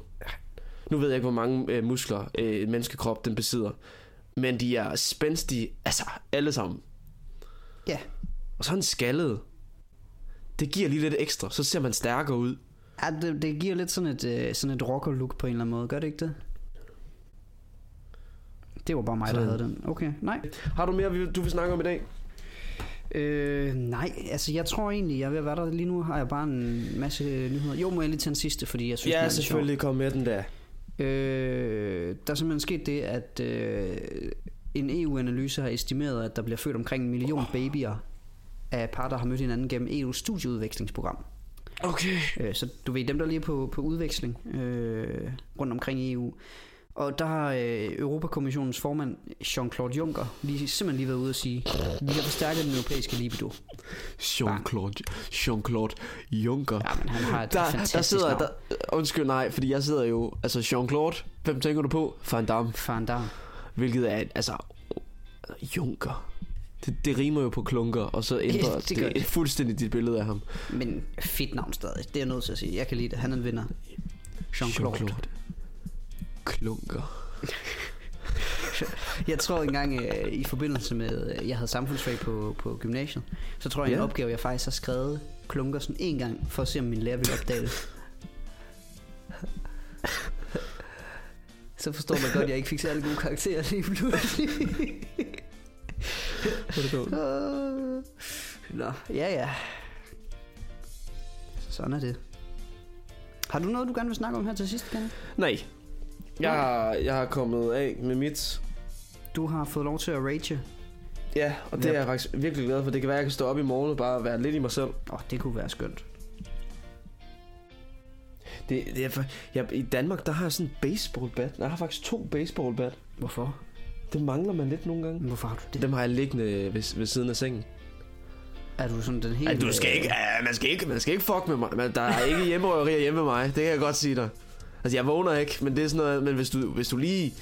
Nu ved jeg ikke, hvor mange øh, muskler øh, en menneskekrop den besidder, men de er spændstige, altså alle sammen. Ja. Og så er han skaldet. Det giver lige lidt ekstra, så ser man stærkere ud. Ja, det, det giver lidt sådan et, øh, sådan et rocker-look på en eller anden måde, gør det ikke det? Det var bare mig, Sådan. der havde den. Okay, nej. Har du mere, vi- du vil snakke om i dag? Øh, nej, altså jeg tror egentlig, jeg er ved at være der lige nu, har jeg bare en masse nyheder. Jo, må jeg lige tage en sidste, fordi jeg synes, den er Ja, lidt sjov. selvfølgelig. Kom med den der. Øh, der er simpelthen sket det, at øh, en EU-analyse har estimeret, at der bliver født omkring en million oh. babyer af par, der har mødt hinanden gennem EU's studieudvekslingsprogram. Okay. Øh, så du ved, dem der lige er på, på udveksling øh, rundt omkring i EU. Og der har øh, Europakommissionens formand, Jean-Claude Juncker, lige, simpelthen lige været ude og sige, vi har forstærket den europæiske libido. Jean-Claude, Jean-Claude Juncker. Ja, men han har et Der, fantastisk der sidder, navn. der, øh, undskyld nej, fordi jeg sidder jo, altså Jean-Claude, hvem tænker du på? Van Damme, Faren der. hvilket er, altså, Juncker. Det, det rimer jo på klunker, og så ændrer det gør det, det. det fuldstændig dit billede af ham. Men fedt navn stadig, det er jeg nødt til at sige. Jeg kan lide det, han er en vinder. Jean-Claude. Jean Klunker. Jeg tror engang øh, i forbindelse med, øh, jeg havde samfundsfag på, på gymnasiet, så tror jeg yeah. Ja. en opgave, jeg faktisk har skrevet klunker sådan en gang, for at se om min lærer ville opdage det. Så forstår man godt, at jeg ikke fik særlig gode karakterer lige pludselig. Øh, Nå, ja ja. Sådan er det. Har du noget, du gerne vil snakke om her til sidst, Kenneth? Nej, jeg, har- jeg har kommet af med mit. Du har fået lov til at rage. Ja, og det Ja. er jeg faktisk virkelig glad for. Det kan være, at jeg kan stå op i morgen og bare være lidt i mig selv. Åh, oh, det kunne være skønt. Det, det er, for- jeg, I Danmark, der har jeg sådan en baseballbat. Jeg har faktisk to baseballbat. Hvorfor? Det mangler man lidt nogle gange. Hvorfor har du det? Dem har jeg liggende ved, ved siden af sengen. Er du sådan den helt... øh, Ej, Altså, du skal ikke, ja, man, skal ikke, man skal ikke fuck med mig. Man, der er ikke hjemmerøverier hjemme med mig. Det kan jeg godt sige dig. Altså, jeg vågner ikke, men det er sådan noget... Men hvis du, hvis du lige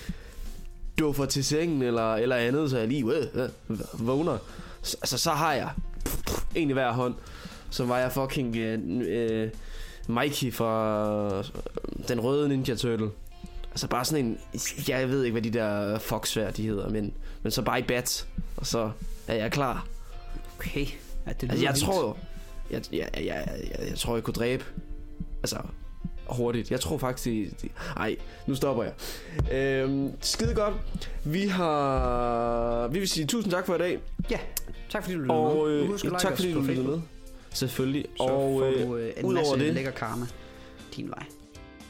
duffer til sengen eller, eller andet, så jeg lige øh, øh, vågner. Så, altså, så har jeg en i hver hånd. Så var jeg fucking øh, øh, Mikey fra øh, den røde Ninja Turtle. Altså bare sådan en... Jeg ved ikke, hvad de der foxvær, de hedder, men, men så bare i bat. Og så er jeg klar. Okay. Ja, det lyder Altså, jeg vildt. tror jo... Jeg, jeg, jeg, jeg, jeg tror, jeg kunne dræbe... Altså, hurtigt. Jeg tror faktisk... De, de, ej, nu stopper jeg. Øhm, skide godt. Vi har... Vi vil sige tusind tak for i dag. Ja, tak fordi du lyttede Og med. øh, Husk at like tak os fordi på du lyttede Facebook. med. Selvfølgelig. Så og, og, får øh, du øh, en udover masse det- lækker karma din vej.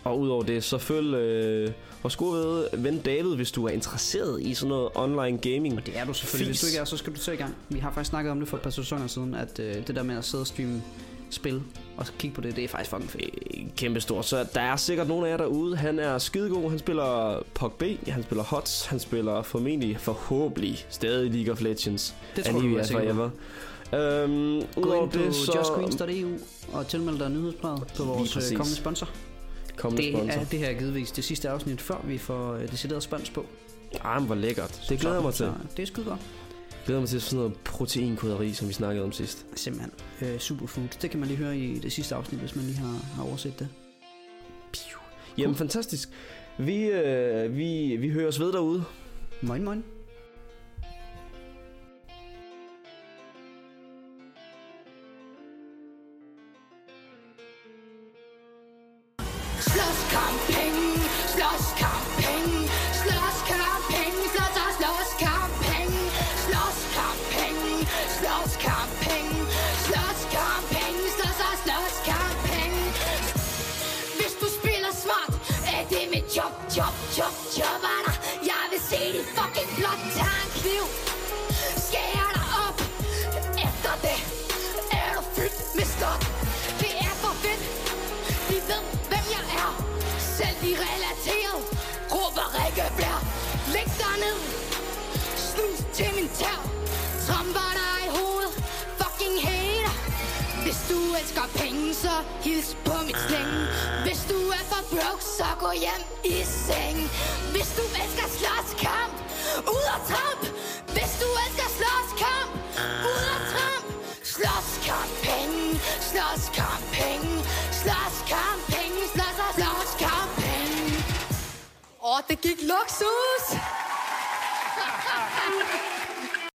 og udover det, så følg øh, vores gode ved- ven David, hvis du er interesseret i sådan noget online gaming. Og det er du selvfølgelig. Hvis Fis. du ikke er, så skal du tage i gang. Vi har faktisk snakket om det for et par sæsoner siden, at øh, det der med at sidde og streame spil og så kigge på det, det er faktisk fucking fedt. Øh, Kæmpe stor. Så der er sikkert nogen af jer derude. Han er skidegod. Han spiller PUBG, han spiller HOTS, han spiller formentlig, forhåbentlig, stadig League of Legends. Det tror Anivia jeg sikkert. forever. Øhm, Gå altså, udover ind på det, så justqueens.eu og tilmeld dig nyhedsbrevet på vores øh, præcis. kommende sponsor. kommende Det sponsor. er det her givetvis det sidste afsnit, før vi får øh, decideret spons på. Ah, men hvor lækkert. Det glæder jeg mig til. Så det er skide godt. glæder mig til sådan noget proteinkoderi, som vi snakkede om sidst. Simpelthen. Øh, superfood. Det kan man lige høre i det sidste afsnit, hvis man lige har, har overset det. Jamen, fantastisk. Vi, øh, vi, vi hører os ved derude. Moin, moin. Slåskampen, slåskampen, slåskampen, så så slåskampen, slåskampen, slåskampen, slåskampen, så så slåskampen. Hvis du spiller smart, er det mit job, job, job, jobber dig. Jeg vil se dit fucking blot tage en kniv, skære dig op. Efter det er du fyldt med stok. Det er for fedt, de ved, hvem jeg er. Selv de relateret råber Rikke Blær. Læg dig ned, snus til min tær. Tramper dig i hovedet, fucking hater. Hvis du elsker penge, så hils på mit slæng. Hvis du er for broke, så gå hjem i seng. Hvis du elsker slåskamp, ud og tramp. Hvis du elsker slåskamp, ud og tramp. Slåskampen, slåskampen, slåskampen, slås og slåskampen. Åh, det gik luksus!